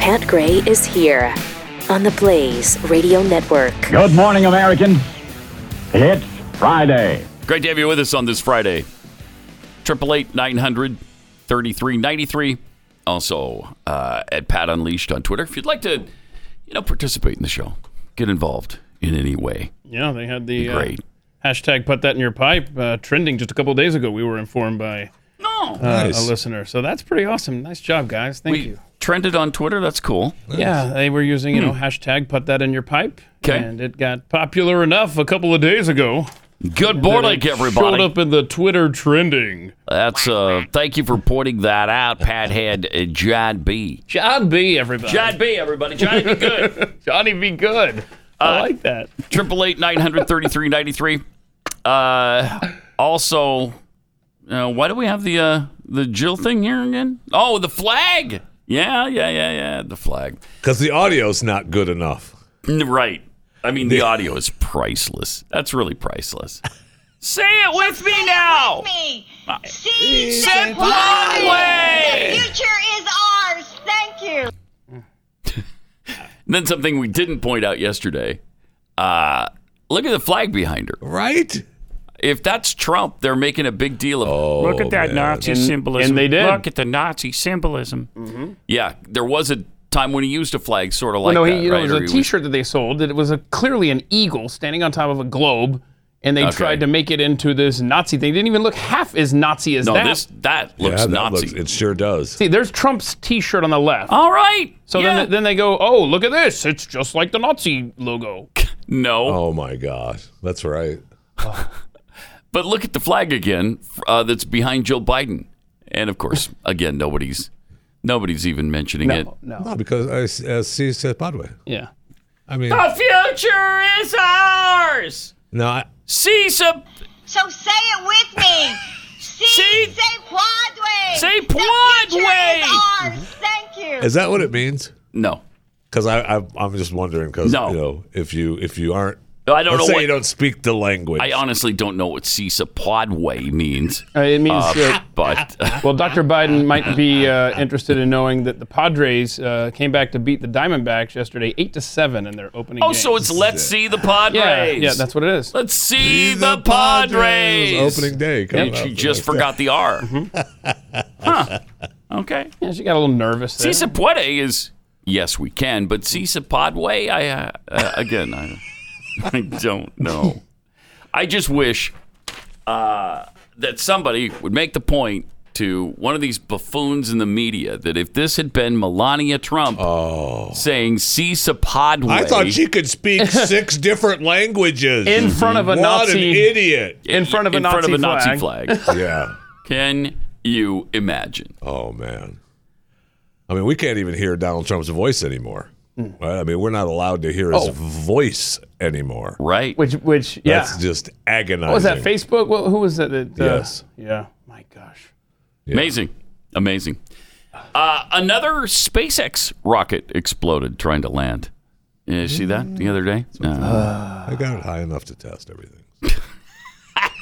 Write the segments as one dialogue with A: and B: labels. A: Pat Gray is here on the Blaze Radio Network.
B: Good morning, Americans. It's Friday.
C: Great to have you with us on this Friday. Triple eight nine hundred thirty three ninety three. Also uh, at Pat Unleashed on Twitter. If you'd like to, you know, participate in the show, get involved in any way.
D: Yeah, they had the uh,
C: Great.
D: hashtag put that in your pipe uh, trending just a couple days ago. We were informed by
C: No,
D: uh, a listener. So that's pretty awesome. Nice job, guys. Thank
C: we
D: you.
C: trended on Twitter. That's cool.
D: Yeah, they were using, you know,
E: Hmm.
D: hashtag put that in your pipe.
C: 'Kay.
D: And it got popular enough a couple of days ago.
C: Good
D: that
C: morning,
D: it Showed
C: everybody.
D: up in the Twitter trending.
C: That's uh. Thank you for pointing that out, Pathead uh, John B.
D: John B, everybody.
C: John B. Everybody, Johnny, be good.
D: Johnny be good.
C: Uh,
D: I like that.
C: Triple eight nine hundred thirty three ninety three. Uh, also, uh, why do we have the uh, the Jill thing here again? Oh, the flag. Yeah, yeah, yeah, yeah. The flag.
F: Because the audio's not good enough.
C: N- Right. I mean, the audio is priceless. That's really priceless. Say it with me now.
G: me. See,
C: Say
G: the
C: Broadway.
G: future is ours. Thank you.
C: Then something we didn't point out yesterday. Uh, look at the flag behind her.
F: Right?
C: If that's Trump, they're making a big deal of.
E: Look at
C: Oh,
E: that Nazi symbolism.
D: and they did.
E: Look at the Nazi symbolism.
C: Yeah, there was a time when he used a flag, sort of like
D: Mm-hmm. Well, no,
C: that,
D: he, you know,
C: right?
D: it
C: Or
D: was a
C: he was-
D: T-shirt that they sold that it was a, clearly an eagle standing on top of a globe, and they
C: Okay.
D: tried to make it into this Nazi thing. They didn't even look half as Nazi as
C: No,
D: that.
C: this that looks
F: yeah, that
C: Nazi.
F: looks- it sure does.
D: See, there's Trump's T-shirt on the left.
C: All right.
D: so
C: Oh, yeah.
D: then, then they go, oh, look at this. It's just like the Nazi logo.
C: no,
F: Oh my gosh. That's right.
C: but look at the flag again. Uh, that's behind Joe Biden, and of course, again, nobody's nobody's even mentioning it.
D: no,
F: No, because as, as C said, Broadway.
D: yeah.
F: I mean,
C: The future is ours.
F: no, I,
C: See some.
G: So say it with me. See,
C: See-
G: say Broadway.
C: Say
G: The future is
C: Broadway.
G: ours. Thank you.
F: is that what it means?
C: No,
F: Because I, I, I'm just wondering. Because
C: No.
F: you know, if you if you aren't,
C: no, I don't
F: let's
C: know
F: say
C: what.
F: you don't speak the language.
C: I honestly don't know what CISA Podway means,
D: Uh, it means
C: uh,
D: that.
C: but
D: Well, Dr. Biden might be uh, interested in knowing that the Padres uh, came back to beat the Diamondbacks yesterday, eight to seven, in their opening.
C: oh,
D: game.
C: so it's let's see the Padres.
D: yeah, yeah, that's what it is.
C: Let's see
F: See
C: the Padres.
F: opening day. coming
C: And
F: up
C: she
F: the
C: just
F: next
C: forgot the R. huh. Okay.
D: Mm-hmm. Yeah, she got a little nervous. There.
C: Cisa Puede is yes, we can, but Cisa Podway, I uh, uh, again, I, I don't know. I just wish uh, that somebody would make the point to one of these buffoons in the media that if this had been Melania Trump saying Cisa Podway,
F: Oh. I thought she could speak six different languages.
D: In front of a
F: what an
D: Nazi-
F: idiot.
D: in front of a
C: in
D: Nazi
C: front of a Nazi
D: flag.
C: flag.
F: Yeah.
C: can you imagine?
F: Oh man. I mean, we can't even hear Donald Trump's voice anymore. Right? I mean, we're not allowed to hear his voice anymore.
C: Right?
D: Which, which, yeah.
F: That's just agonizing.
D: What was that Facebook? What, who was that? that uh,
F: Yes.
D: Yeah. My gosh.
C: Amazing. Amazing. Uh, another SpaceX rocket exploded trying to land. You see that the other day? Uh,
F: I got it high enough to test everything.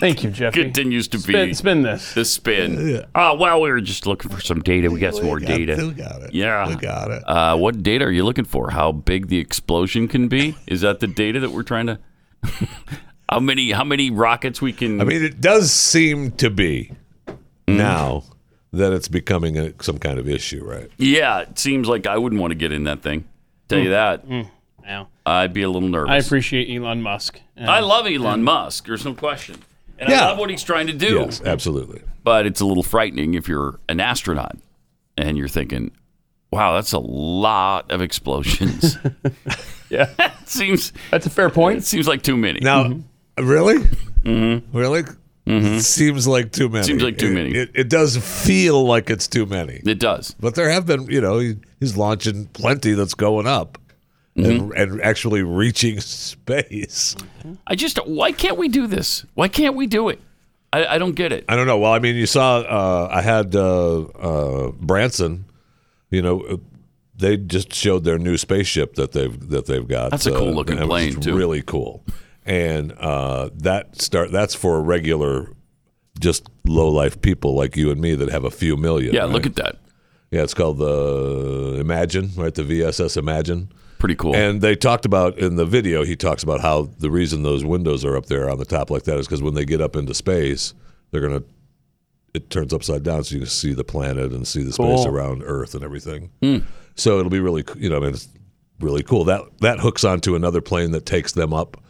D: Thank you, Jeffy.
C: continues to be
D: Spin, spin this.
C: the spin. Uh, well, we were just looking for some data. We got some more
F: Still
C: data.
F: got it.
C: Yeah.
F: We got it.
C: Uh, what data are you looking for? How big the explosion can be? Is that the data that we're trying to? how many? How many rockets we can?
F: I mean, it does seem to be
C: Mm-hmm.
F: now that it's becoming a, some kind of issue, right?
C: yeah, it seems like I wouldn't want to get in that thing. Tell you that,
D: Now,
C: I'd be a little
D: Hmm. I
C: nervous.
D: appreciate Elon Musk. And
C: I love Elon Musk. There's no question, and I
F: Yeah.
C: love what he's trying to do.
F: Yes, absolutely.
C: but it's a little frightening if you're an astronaut and you're thinking, "Wow, that's a lot of explosions."
D: yeah,
C: seems
D: that's a fair
C: it
D: point.
C: seems like too many.
F: Now, really? Mm-hmm. Really? Seems like too many.
C: Mm-hmm. Seems like too
F: It-
C: many.
F: It, it does feel like it's too many.
C: It does.
F: But there have been, you know, he, he's launching plenty that's going up
C: Mm-hmm.
F: and, and actually reaching space.
C: I just why can't we do this? Why can't we do it? I, I don't get it.
F: I don't know. Well, I mean, you saw, uh, I had uh, uh, Branson, you know. uh, They just showed their new spaceship that they've that they've got. uh,
C: That's a cool looking
F: and it was
C: plane, too.
F: Really cool, and uh, that start that's for regular, just low life people like you and me that have a few million.
C: Yeah,
F: right?
C: look at that.
F: Yeah, it's called the Imagine, right? The VSS Imagine.
C: Pretty cool.
F: And they talked about in the video, he talks about how the reason those windows are up there on the top like that is because when they get up into space, they're going to, it turns upside down so you can see the planet and see the space
D: Cool. Hmm.
F: around Earth and everything. So it'll be really, c- you know, I mean, it's really cool. That, that hooks onto another plane that takes them up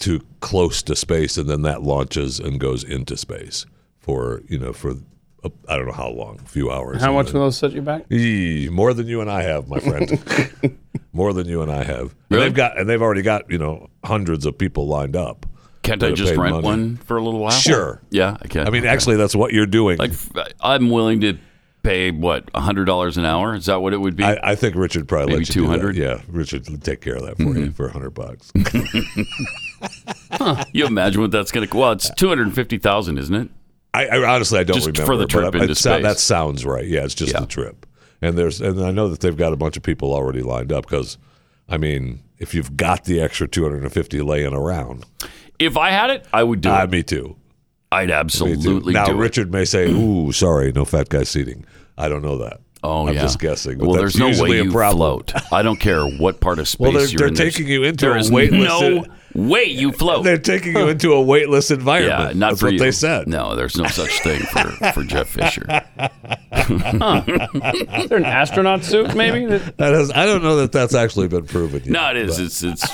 F: to close to space and then that launches and goes into space for, you know, for, I I don't know how long, a few hours.
D: How
F: And
D: much
F: then-
D: will those set you back?
F: Eee, more than you and I have, my friend. more than you and I have. And
C: Really?
F: they've got and they've already got you know hundreds of people lined up.
C: Can't
F: that
C: I
F: have
C: just
F: paid
C: rent
F: money.
C: one for a little while?
F: Sure.
C: Yeah, I can.
F: I mean, actually, that's what you're doing.
C: like I'm willing to pay what hundred dollars an hour. Is that what it would be?
F: I, I think Richard probably
C: Maybe Mm-hmm.
F: lets you do that.
C: 200?
F: Yeah, Richard will take care of that for you for hundred bucks.
C: you imagine what that's going to? Well, it's two hundred fifty thousand, isn't it?
F: I, I honestly I don't
C: Just
F: remember.
C: for the
F: but
C: trip
F: I-
C: into
F: it sou-
C: space.
F: That sounds right. Yeah, it's just
C: Yeah.
F: the trip. And there's and I know that they've got a bunch of people already lined up because, I mean, if you've got the extra two hundred and fifty laying around,
C: If I had it, I would do
F: ah,
C: it.
F: me too.
C: I'd
F: Me too.
C: absolutely
F: Now
C: do it.
F: Richard may say, "Ooh, sorry, no fat guy seating." I don't know that.
C: Oh
F: I'm
C: yeah,
F: just guessing. But
C: Well,
F: that's
C: there's no way
F: usually a
C: you
F: problem.
C: float. I don't care what part of space
F: Well, they're,
C: you're
F: they're
C: in. there's-
F: taking you into
C: There
F: a
C: is
F: weightless.
C: no way you float.
F: They're taking you into a weightless environment.
C: Yeah, not
F: that's
C: for
F: what
C: you.
F: they said.
C: No, there's no such thing for, for Jeff Fisher.
D: Is there an astronaut suit, maybe? That-
F: That is, I don't know that that's actually been proven. Yet,
C: No, it is.
F: but
C: It's it's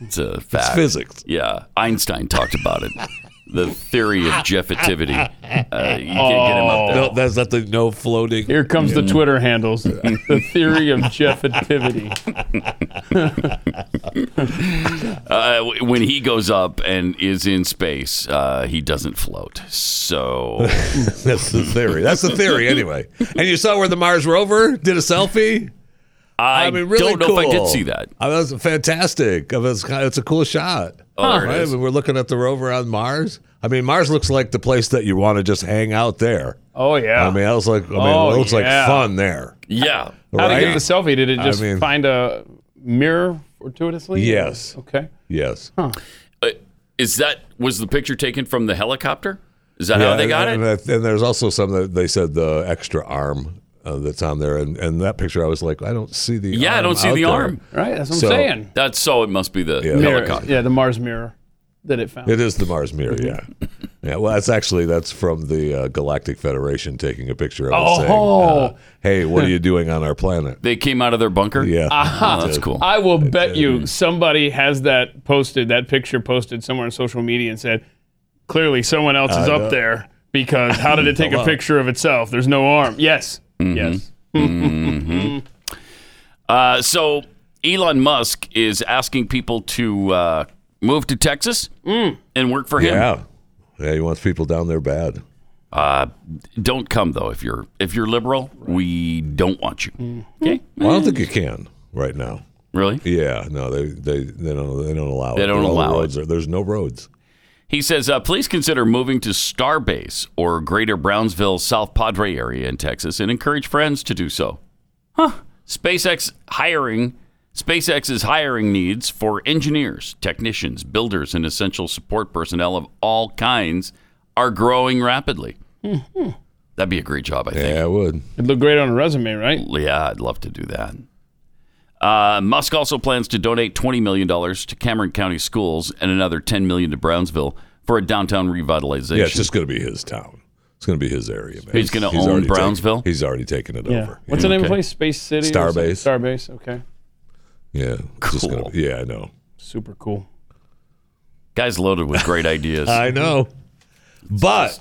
C: it's a fact.
F: physics.
C: Yeah, Einstein talked about it. The theory of Jeffectivity. Uh, you can't get him up there.
F: No, that's not the no floating.
D: Here comes the Twitter handles. the theory of Jeffectivity.
C: Uh, w- when he goes up and is in space, uh, he doesn't float. So
F: That's the theory. That's the theory anyway. And you saw where the Mars rover did a selfie.
C: I,
F: mean, really
C: don't know if I did
F: cool.
C: see that.
F: I mean, that's fantastic. I mean, it's, kind of- it's a cool shot.
C: Oh, there it
F: Right?
C: is.
F: I mean, we're looking at the rover on Mars. I mean, Mars looks like the place that you want to just hang out there.
D: Oh,
C: Ah.
D: yeah.
F: I mean, that was like, I mean,
D: Oh,
F: it looks
D: yeah.
F: like fun there.
C: Yeah.
D: How to
F: right?
D: get the selfie? Did it just
F: mean-
D: find a mirror fortuitously?
F: Yes.
D: Okay.
F: Yes.
C: Uh, is that was the picture taken from the helicopter? Is that how they got
F: and,
C: it?
F: And, and there's also some that they said the extra arm uh, that's on there. And, and that picture, I was like, I don't see the
C: Yeah, I
F: arm
C: don't see
F: out
C: the
F: there.
C: arm.
D: Right. That's what
F: So-
D: I'm saying.
C: That's so. It must be the
F: Yeah.
D: Mirror.
C: helicopter.
D: Yeah, the Mars mirror that it found.
F: It is the Mars mirror, yeah.
C: Mm-hmm.
F: Yeah, well, that's actually that's from the uh, Galactic Federation taking a picture of it saying, uh,
D: Oh.
F: "Hey, what are you doing on our planet?"
C: They came out of their bunker.
F: Yeah,
C: Oh, that's cool.
D: I will bet you somebody has that posted, that picture posted somewhere on social media and said, clearly someone else is up there because how did it take a picture of itself? There's no arm. Yes. Yes.
C: Uh, so Elon Musk is asking people to uh, move to Texas and work for him.
F: yeah, yeah. He wants people down there bad.
C: Uh, don't come though if you're if you're liberal. We don't want you. Okay,
F: Well, I don't think you can right now.
C: really?
F: Yeah, no, they they, they don't they don't allow
C: They
F: it.
C: don't
F: All the
C: allow it.
F: roads are- there's no roads.
C: He says, uh, please consider moving to Starbase or Greater Brownsville, South Padre area in Texas, and encourage friends to do so. Huh? SpaceX hiring. SpaceX's hiring needs for engineers, technicians, builders, and essential support personnel of all kinds are growing rapidly. That'd be a great job, I think.
F: Yeah, I would.
D: It'd look great on a resume, right?
C: Yeah, I'd love to do that. Uh, Musk also plans to donate $20 million to Cameron County Schools and another $10 million to Brownsville for a downtown revitalization.
F: Yeah, it's just going to be his town. It's going to be his area. Man.
C: He's gonna own
F: already taken-
C: Brownsville?
F: he's already taken it over.
D: What's the name of the place? Space City? or something?
F: Starbase.
D: Starbase. Okay.
F: Yeah, it's just gonna
C: Cool.
F: be- yeah, I know.
D: Super cool.
C: Guy's loaded with great ideas.
F: I know. But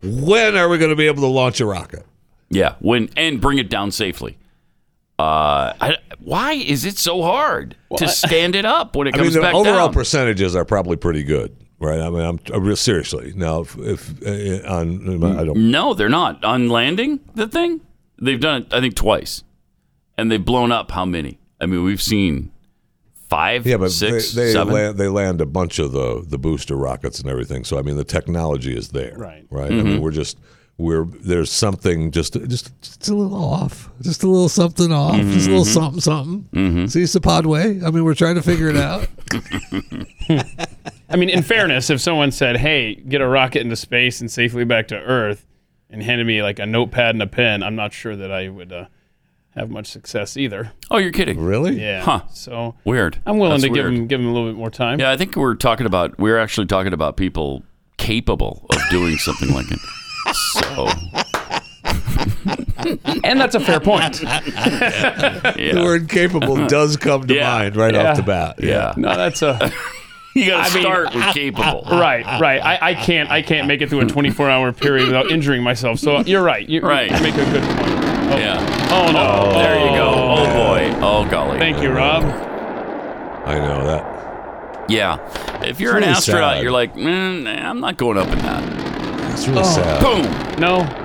F: when are we going to be able to launch a rocket?
C: yeah, when and bring it down safely. Uh, I, why is it so hard to stand it up when it
F: I mean,
C: comes
F: the
C: back
F: overall
C: down?
F: percentages are probably pretty good, right? I mean, I'm, i real seriously now. If, if uh, on, I don't.
C: no, they're not on landing the thing. They've done it, I think, twice, and they've blown up how many? I mean, we've seen five,
F: Yeah, but
C: six,
F: they, they
C: seven.
F: land they land a bunch of the the booster rockets and everything. So I mean, the technology is there,
D: Right.
F: Right.
C: Mm-hmm.
F: I mean, we're just we're there's something just just just a little off, just a little something off, just a
C: Mm-hmm.
F: little something something. See, it's the pod way. I mean, we're trying to figure it out.
D: I mean, in fairness, if someone said, "Hey, get a rocket into space and safely back to Earth," and handed me like a notepad and a pen, I'm not sure that I would uh, have much success either.
C: Oh, you're kidding.
F: Really?
D: Yeah.
C: Huh.
D: So
C: Weird.
D: I'm willing
C: That's
D: to give
C: weird.
D: him give him a little bit more time.
C: Yeah, I think we're talking about we're actually talking about people capable of doing something like it. So
D: And that's a fair point.
F: The
C: yeah,
F: word capable does come to
C: Yeah.
F: mind right
D: Yeah.
F: off the bat.
C: yeah.
D: no, that's a
C: You got
D: I
C: to
D: mean-
C: start with capable.
D: right, right. I, I can't I can't make it through a 24 hour period without injuring myself. So you're right. You,
C: Right.
D: You make a good point. Oh,
C: Yeah.
D: oh no.
C: There you go. Oh boy. Oh golly.
D: Thank you, Rob.
F: I know that.
C: Yeah. If you're an
F: really
C: astronaut,
D: uh,
F: sad.
C: you're like, mm, nah, I'm not going up in that.
F: That's
D: Oh.
F: really sad.
C: Boom.
D: No. Uh,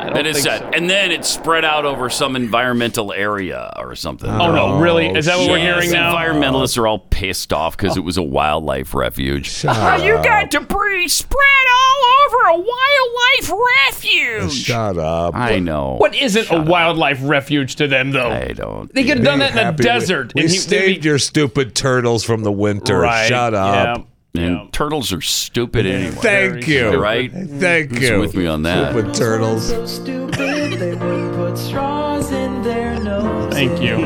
D: I don't
C: That is
D: think
C: sad.
D: so.
C: And then it's spread out over some environmental area or something.
D: oh no, really? Is that what we're
C: Yes,
D: hearing now?
C: Environmentalists are all pissed off because it was a wildlife refuge.
F: Shut up.
E: You got debris spread all over a wildlife refuge.
F: Shut up.
C: I know.
D: What isn't a wildlife refuge to them though?
C: I don't.
D: they could have done that in the
F: Happy we-
D: desert.
F: We,
D: and he- they'd
F: saved
D: be-
F: your stupid turtles from the winter.
D: Right.
F: Shut up.
C: And turtles are stupid anyway.
F: Thank you.
C: You're right.
F: Thank
C: Who's
F: you.
C: with me on that?
F: Stupid turtles.
H: stupid they would put straws in their noses.
D: Thank you.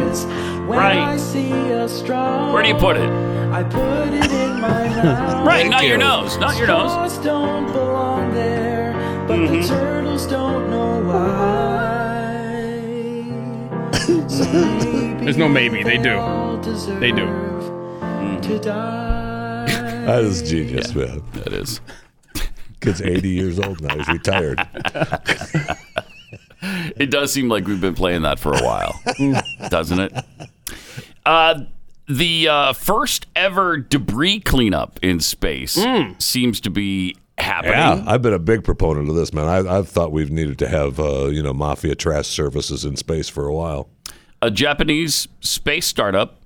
H: When
D: Right.
H: I see a straw,
C: Where do you put it?
H: I put it in my mouth.
C: Right, not your nose. Not your nose.
H: Straws don't belong there, but the
D: Mm-hmm.
H: turtles don't know why. So maybe
D: There's no maybe. They do.
H: all deserve
D: They do. Mm.
H: To die.
F: That is genius, man.
C: That is.
F: Kid's 80 years old now. He's retired.
C: It does seem like we've been playing that for a while, doesn't it? Uh, the uh, first ever debris cleanup in space seems to be happening.
F: Yeah, I've been a big proponent of this, man. I, I've thought we've needed to have, uh, you know, mafia trash services in space for a while.
C: a Japanese space startup,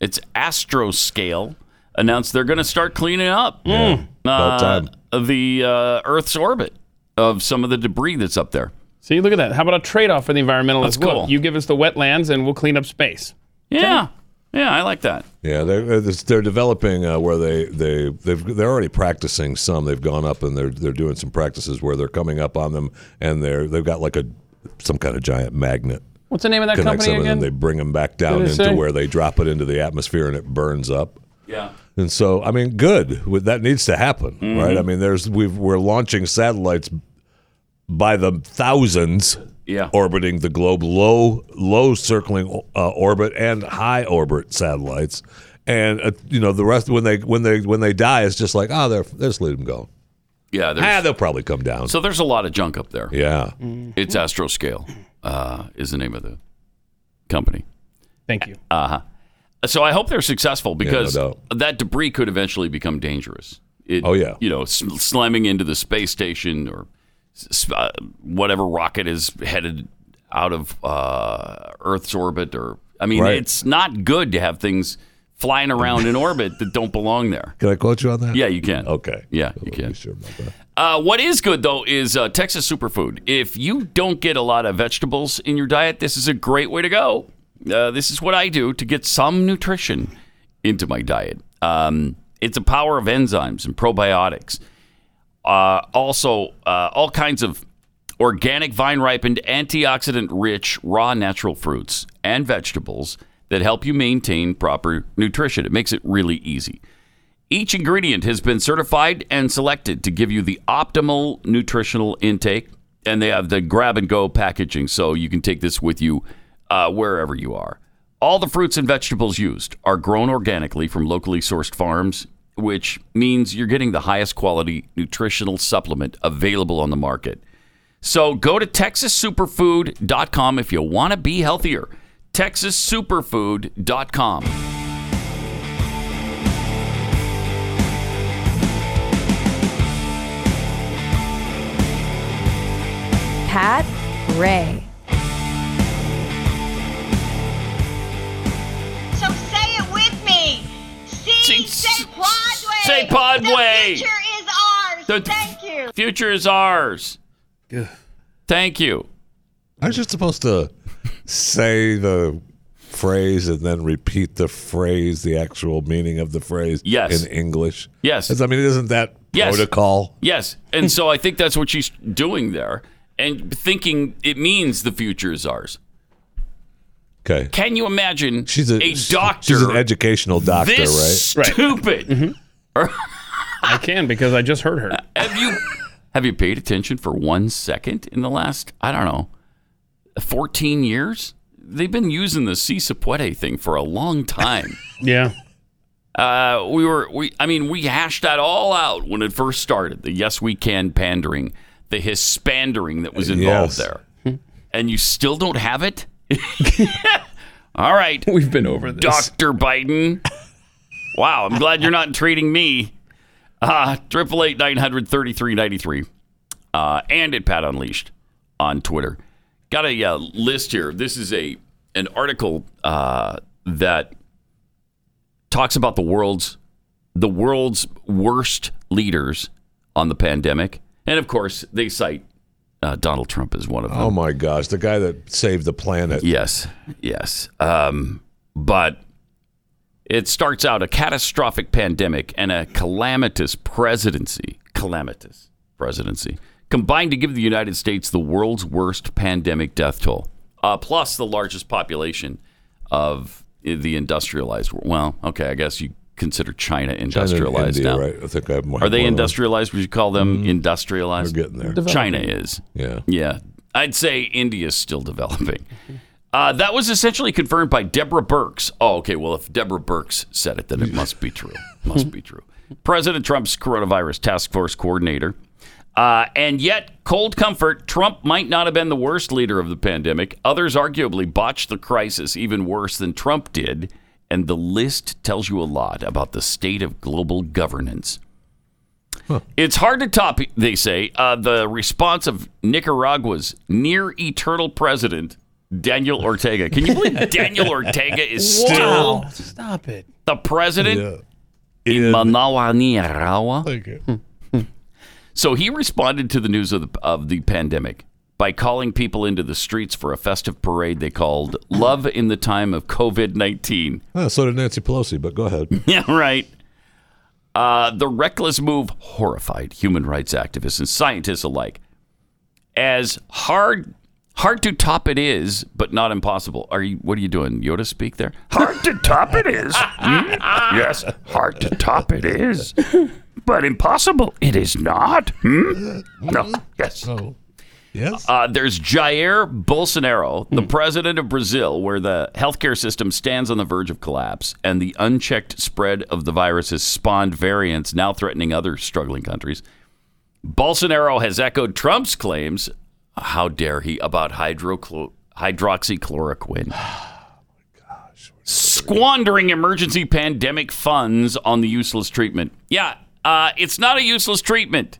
C: it's Astroscale, announced they're going to start cleaning up
D: Hmm.
F: About
C: uh,
F: time.
C: the uh, Earth's orbit of some of the debris that's up there.
D: See, look at that. How about a trade-off for the environmentalists?
C: That's cool.
D: Look, you give us the wetlands, and we'll clean up space.
C: Yeah, yeah, I like that.
F: Yeah, they're it's- they're developing uh, where they they they've, they're already practicing some. They've gone up and they're they're doing some practices where they're coming up on them and they're they've got like a some kind of giant magnet
D: What's the name of that
F: connects
D: company
F: them and then
D: again?
F: they bring them back down
D: What
F: into
D: did it say?
F: where they drop it into the atmosphere and it burns up.
C: Yeah,
F: And so, I mean, good. With- That needs to happen,
D: Mm-hmm.
F: right? I mean, there's we've, we're launching satellites by the thousands,
C: Yeah.
F: orbiting the globe, low low circling uh, orbit and high orbit satellites, and uh, you know the rest when they when they when they die, it's just like ah, oh, they're just leave them go.
C: yeah. There's,
F: Ah, they'll probably come down.
C: so Mm. there's a lot of junk up there.
F: yeah,
C: It's Astroscale uh, is the name of the company.
D: Thank you.
C: So I hope they're successful because
F: doubt.
C: that debris could eventually become dangerous. It,
F: Oh, yeah.
C: you know, sl- slamming into the space station or s- uh, whatever rocket is headed out of uh, Earth's orbit, or I mean,
F: Right.
C: it's not good to have things flying around in orbit that don't belong there.
F: can I quote you on that?
C: Yeah, you can.
F: Okay.
C: Yeah,
F: I'll
C: you
F: Be
C: can.
F: sure about that.
C: Uh, what is good though is uh, Texas superfood. If you don't get a lot of vegetables in your diet, this is a great way to go. Uh, this is what I do to get some nutrition into my diet. Um, it's a power of enzymes and probiotics. Uh, also, uh, all kinds of organic, vine ripened, antioxidant rich, raw natural fruits and vegetables that help you maintain proper nutrition. It makes it really easy. Each ingredient has been certified and selected to give you the optimal nutritional intake, and they have the grab and go packaging, so you can take this with you uh, wherever you are. All the fruits and vegetables used are grown organically from locally sourced farms, which means you're getting the highest quality nutritional supplement available on the market. So go to texassuperfood.com if you want to be healthier. texassuperfood.com.
I: Pat Ray.
G: So say it with me. See,
C: See,
G: say
C: s-
G: Podway.
C: say Podway.
G: The future is ours.
C: The-
G: Thank you.
C: Future is ours. Thank you.
F: Aren't you supposed to say the phrase and then repeat the phrase, the actual meaning of the phrase
C: Yes.
F: in English?
C: Yes.
F: That's- I mean, isn't that
C: Yes.
F: protocol.
C: Yes. And so I think that's what she's doing there and thinking it means the future is ours.
F: Okay.
C: Can you imagine
F: She's a,
C: doctor
F: She's an educational doctor,
C: this
D: right? Right.
C: stupid?
F: Mm-hmm.
D: I can because I just heard her.
C: Have you have you paid attention for one second in the last I don't know fourteen years? They've been using the Cisapuete thing for a long time.
D: Yeah.
C: uh, we were we I mean we hashed that all out when it first started. The yes we can pandering, the hispandering that
D: Uh,
C: was involved
F: Yes.
C: there, and you still don't have it. all right,
D: We've been over this.
C: Dr. Biden. Wow, I'm glad you're not treating me. Uh, Triple eight nine hundred thirty three ninety three, uh, and at Pat Unleashed on Twitter. Got a uh, list here. This is a an article uh, that talks about the world's the world's worst leaders on the pandemic, and of course they cite uh, Donald Trump as one of them.
F: right? Oh my gosh, the guy that saved the planet.
C: Yes, yes. Um, but it starts out a catastrophic pandemic and a calamitous presidency. Calamitous presidency combined to give the United States the world's worst pandemic death toll, uh, plus the largest population of the industrialized world. Well, okay, I guess you consider China
F: China and
C: industrialized
F: India,
C: now.
F: right? I think I have more.
C: Are they
F: one of those.
C: industrialized? Would you call them industrialized?
F: We're getting there.
C: China is.
F: Yeah.
C: Yeah. I'd say India's still developing. Uh, that was essentially confirmed by Deborah Burks. Oh, okay. Well, if Deborah Burks said it, then it must be true. Must be true. President Trump's coronavirus task force coordinator. Uh, and yet, cold comfort, Trump might not have been the worst leader of the pandemic. Others arguably botched the crisis even worse than Trump did. And the list tells you a lot about the state of global governance. It's hard to top, they say, uh, the response of Nicaragua's near eternal president, Daniel Ortega. Can you believe Daniel Ortega is still
D: Stop it.
C: the president
F: Yeah.
C: in Manawa, Nicaragua?
F: Thank you.
C: So he responded to the news of the, of the pandemic by calling people into the streets for a festive parade they called Love in the Time of COVID 19.
F: Ah, so did Nancy Pelosi, but go ahead.
C: Yeah, right. Uh, the reckless move horrified human rights activists and scientists alike. As hard hard to top it is, but not impossible. Are you? What are you doing, Yoda? Speak there. Hard to top it is. Hmm? Yes, hard to top it is, but impossible it is not. Hmm? No. Yes.
F: Yes.
C: Uh, there's Jair Bolsonaro, the president of Brazil, where the healthcare system stands on the verge of collapse, and the unchecked spread of the virus has spawned variants now threatening other struggling countries. Bolsonaro has echoed Trump's claims, how dare he, about hydroclo- hydroxychloroquine. Squandering emergency pandemic funds on the useless treatment. Yeah, uh, it's not a useless treatment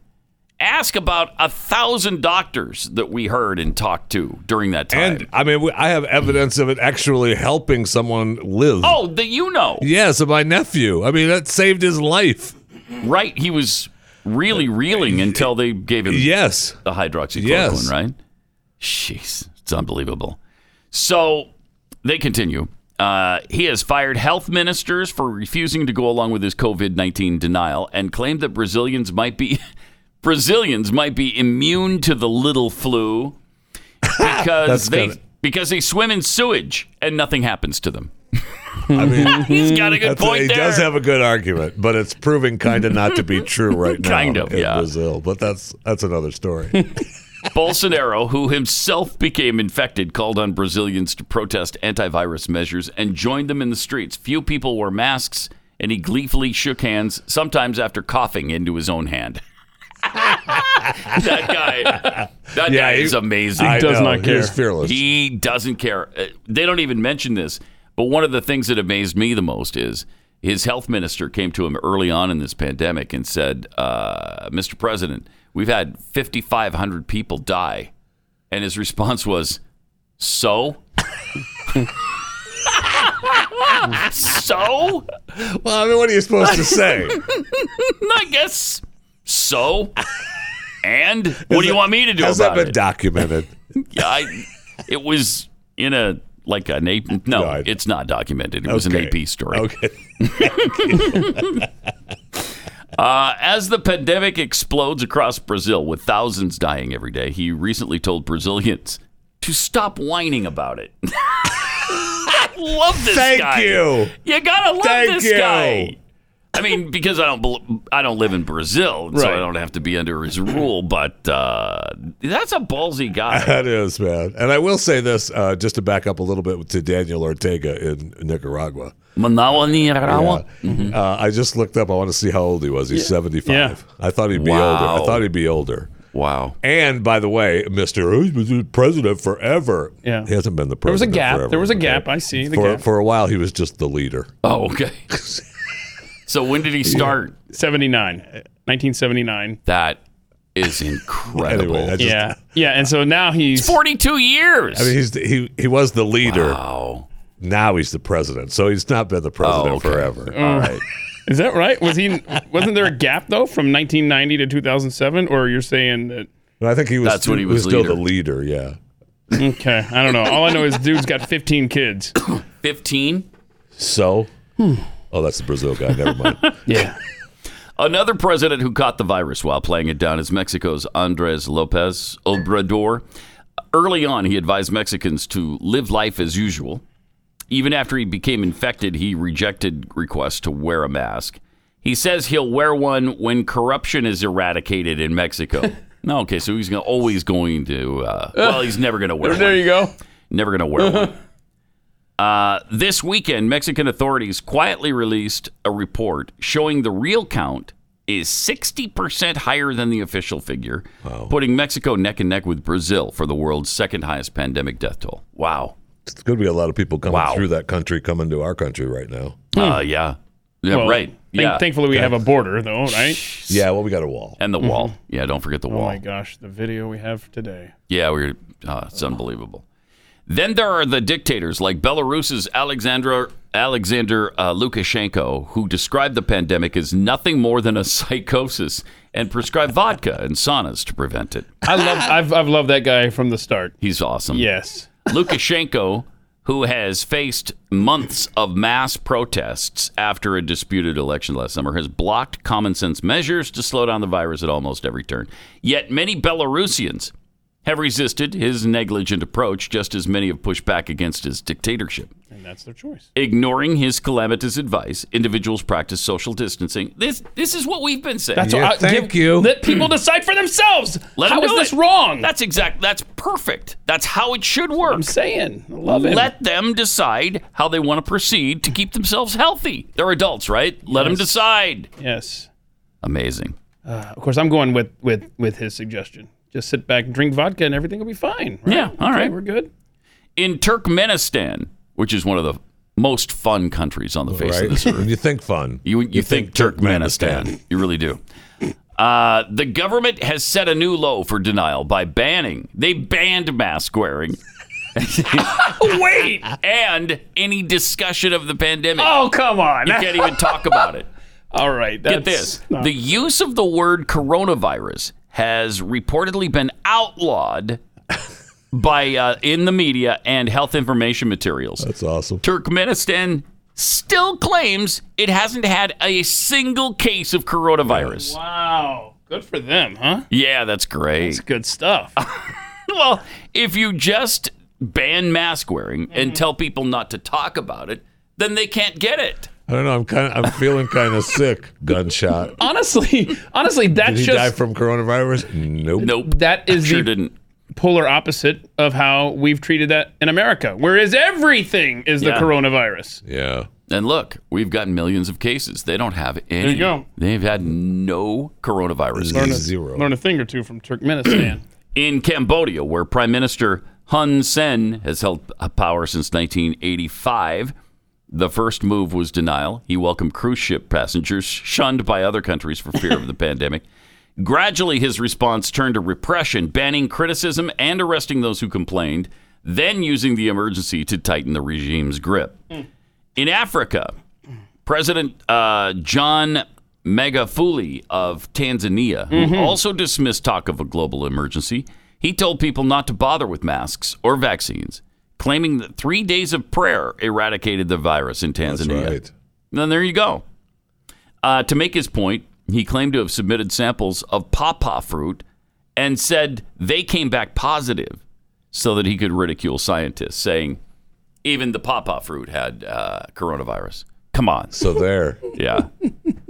C: ask about a thousand doctors that we heard and talked to during that time.
F: and I mean, we- I have evidence of it actually helping someone live.
C: oh, that you know,
F: Yes, of my nephew. I mean, that saved his life.
C: right? He was really reeling until they gave him
F: Yes.
C: the hydroxychloroquine,
F: Yes.
C: right? Jeez, it's unbelievable. So they continue. Uh, he has fired health ministers for refusing to go along with his COVID nineteen denial and claimed that Brazilians might be Brazilians might be immune to the little flu because
F: That's
C: they
F: kinda-
C: because they swim in sewage and nothing happens to them.
F: I mean,
C: He's got a Mm-hmm. good
F: Mm, That's-
C: point
F: he
C: there.
F: does have a good argument, but it's proving kind of not to be true right now
C: Kind of,
F: in
C: yeah.
F: Brazil. But that's that's another story.
C: Bolsonaro, who himself became infected, called on Brazilians to protest antivirus measures and joined them in the streets. Few people wore masks, and he gleefully shook hands, sometimes after coughing into his own hand. that guy, that
F: Yeah,
C: guy
F: he-
C: is amazing.
F: I
D: does
F: know,
D: not care.
F: He's fearless.
C: He doesn't care. Uh, They don't even mention this. But one of the things that amazed me the most is his health minister came to him early on in this pandemic and said, uh, Mr. President, we've had 5,500 people die. And his response was, So? so?
F: well, I mean, what are you supposed to say?
C: I guess so. And what do you want me to do
F: Has that
C: about
F: been
C: it?
F: documented?
C: Yeah, I, it was in a like an AP. No,
F: No, I-
C: it's not documented. It was an
F: Okay.
C: AP story.
F: Okay.
C: Uh, as the pandemic explodes across Brazil with thousands dying every day, he recently told Brazilians to stop whining about it. I love this
F: Thank
C: guy.
F: you.
C: You gotta love
F: Thank
C: this
F: you.
C: guy. I mean, because I don't bel I don't live in Brazil, so
D: Right.
C: I don't have to be under his rule. But uh, that's a ballsy guy.
F: That is, man. And I will say this, uh, just to back up a little bit to Daniel Ortega in Nicaragua.
C: Manawa Nicaragua.
F: Yeah. Uh, I just looked up. I want to see how old he was. He's 75.
D: Yeah.
F: I thought he'd be
C: Wow.
F: older. I thought he'd be older.
C: Wow.
F: And by the way, Mr. Who's been the president forever.
D: Yeah.
F: He hasn't been the
D: There
F: president.
D: was a gap.
F: forever,
D: There was a
F: okay?
D: gap. I see the
F: for,
D: gap.
F: for a while, he was just the leader.
C: Oh, okay. so when did he start?
D: 79, 1979.
C: That is incredible.
F: Anyway, I just,
D: yeah, yeah. And so now he's
C: 42 years.
F: I mean, he's the, he he was the leader.
C: wow.
F: Now he's the president. So he's not been the president
C: Oh, okay.
F: forever.
C: All right.
D: Is that right? Was he? Wasn't there a gap though from 1990 to 2007? Or you're saying that?
F: And I think he was.
C: That's when he was
F: still
C: leader.
F: the leader. Yeah.
D: Okay, I don't know. All I know is dude's got 15 kids.
C: 15.
F: So.
D: Hmm.
F: Oh, that's the Brazil guy. Never mind.
D: Yeah.
C: Another president who caught the virus while playing it down is Mexico's Andres Lopez Obrador. Early on, he advised Mexicans to live life as usual. Even after he became infected, he rejected requests to wear a mask. He says he'll wear one when corruption is eradicated in Mexico. no, okay, so he's gonna, always going to. Uh, well, he's never going to wear. one.
D: there you go.
C: Never going to wear one. Uh, this weekend, Mexican authorities quietly released a report showing the real count is 60% higher than the official figure, putting Mexico neck and neck with Brazil for the world's second highest pandemic death toll. Wow.
F: It's going to be a lot of people coming
C: Wow.
F: through that country, coming to our country right now.
C: Uh, yeah. Yeah,
D: Hmm. Well,
C: right.
D: thank-
C: Yeah.
D: Thankfully, we have a border though, right?
F: Yeah, well, we got a wall.
C: and the wall. Yeah, don't forget the
D: Mm-hmm. Oh
C: wall.
D: my gosh, the video we have today.
C: Yeah, we're uh, it's unbelievable. Then there are the dictators like Belarus's Alexander Alexander uh, Lukashenko, who described the pandemic as nothing more than a psychosis and prescribed vodka and saunas to prevent it.
D: I love. I've I've loved that guy from the start.
C: He's awesome.
D: Yes.
C: Lukashenko, who has faced months of mass protests after a disputed election last summer, has blocked common sense measures to slow down the virus at almost every turn. Yet many Belarusians have resisted his negligent approach, just as many have pushed back against his dictatorship.
D: And that's their choice.
C: Ignoring his calamitous advice, individuals practice social distancing. This, this is what we've been saying.
D: That's
F: Yeah,
D: what I,
F: thank
D: give-
F: you.
D: Let people decide for themselves.
C: Let
D: How
C: them
D: is
C: do
D: this
C: it.
D: wrong?
C: That's exact. That's perfect. That's how it should work.
D: I'm saying. I love it.
C: Let them decide how they want to proceed to keep themselves healthy. They're adults, right? Let them decide.
D: yes. Uh,
C: Amazing.
D: Of course, I'm going with with with his suggestion. Just sit back, drink vodka, and everything will be fine. right?
C: Yeah, all
D: Okay,
C: right.
D: We're good.
C: In Turkmenistan, which is one of the most fun countries on the face
F: Right?
C: of this
F: and you think fun.
C: You, you, think, Turkmenistan. You really do. Uh, the government has set a new low for denial by banning. They banned mask wearing. Wait!
D: Ah,
C: And any discussion of the pandemic.
D: Oh come on.
C: You can't even talk about it.
D: all right. That's,
C: Get this. The use of the word coronavirus has reportedly been outlawed by uh, in the media and health information materials.
F: That's awesome.
C: Turkmenistan still claims it hasn't had a single case of coronavirus.
D: Wow. Good for them, huh?
C: Yeah, that's great.
D: It's good stuff.
C: Well, if you just ban mask wearing and tell people not to talk about it, then they can't get it.
F: I don't know. I'm kind. of I'm feeling kind of sick. Gunshot.
C: Oh,
D: honestly, honestly,
F: Did
D: that's
F: he die
D: just
F: from coronavirus? Nope.
C: Nope.
D: That is
C: sure
D: the-
C: didn't.
D: polar opposite of how we've treated that in America, whereas everything is the
C: Yeah.
D: coronavirus.
F: Yeah.
C: And look, we've gotten millions of cases. They don't have any.
D: you go.
C: They've had no coronavirus.
F: Learn zero.
D: Learn a thing or two from Turkmenistan.
C: In Cambodia, where Prime Minister Hun Sen has held p- power since 1985, the first move was denial. He welcomed cruise ship passengers shunned by other countries for fear of the pandemic. Gradually, his response turned to repression, banning criticism and arresting those who complained, then using the emergency to tighten the regime's grip. In Africa, President uh, John Magufuli of Tanzania, who also dismissed talk of a global emergency, he told people not to bother with masks or vaccines, claiming that three days of prayer eradicated the virus in
F: That's
C: Tanzania.
F: right.
C: Then there you go. Uh, to make his point, He claimed to have submitted samples of pawpaw fruit and said they came back positive so that he could ridicule scientists, saying even the pawpaw fruit had uh, coronavirus. Come on.
F: So there.
C: Yeah.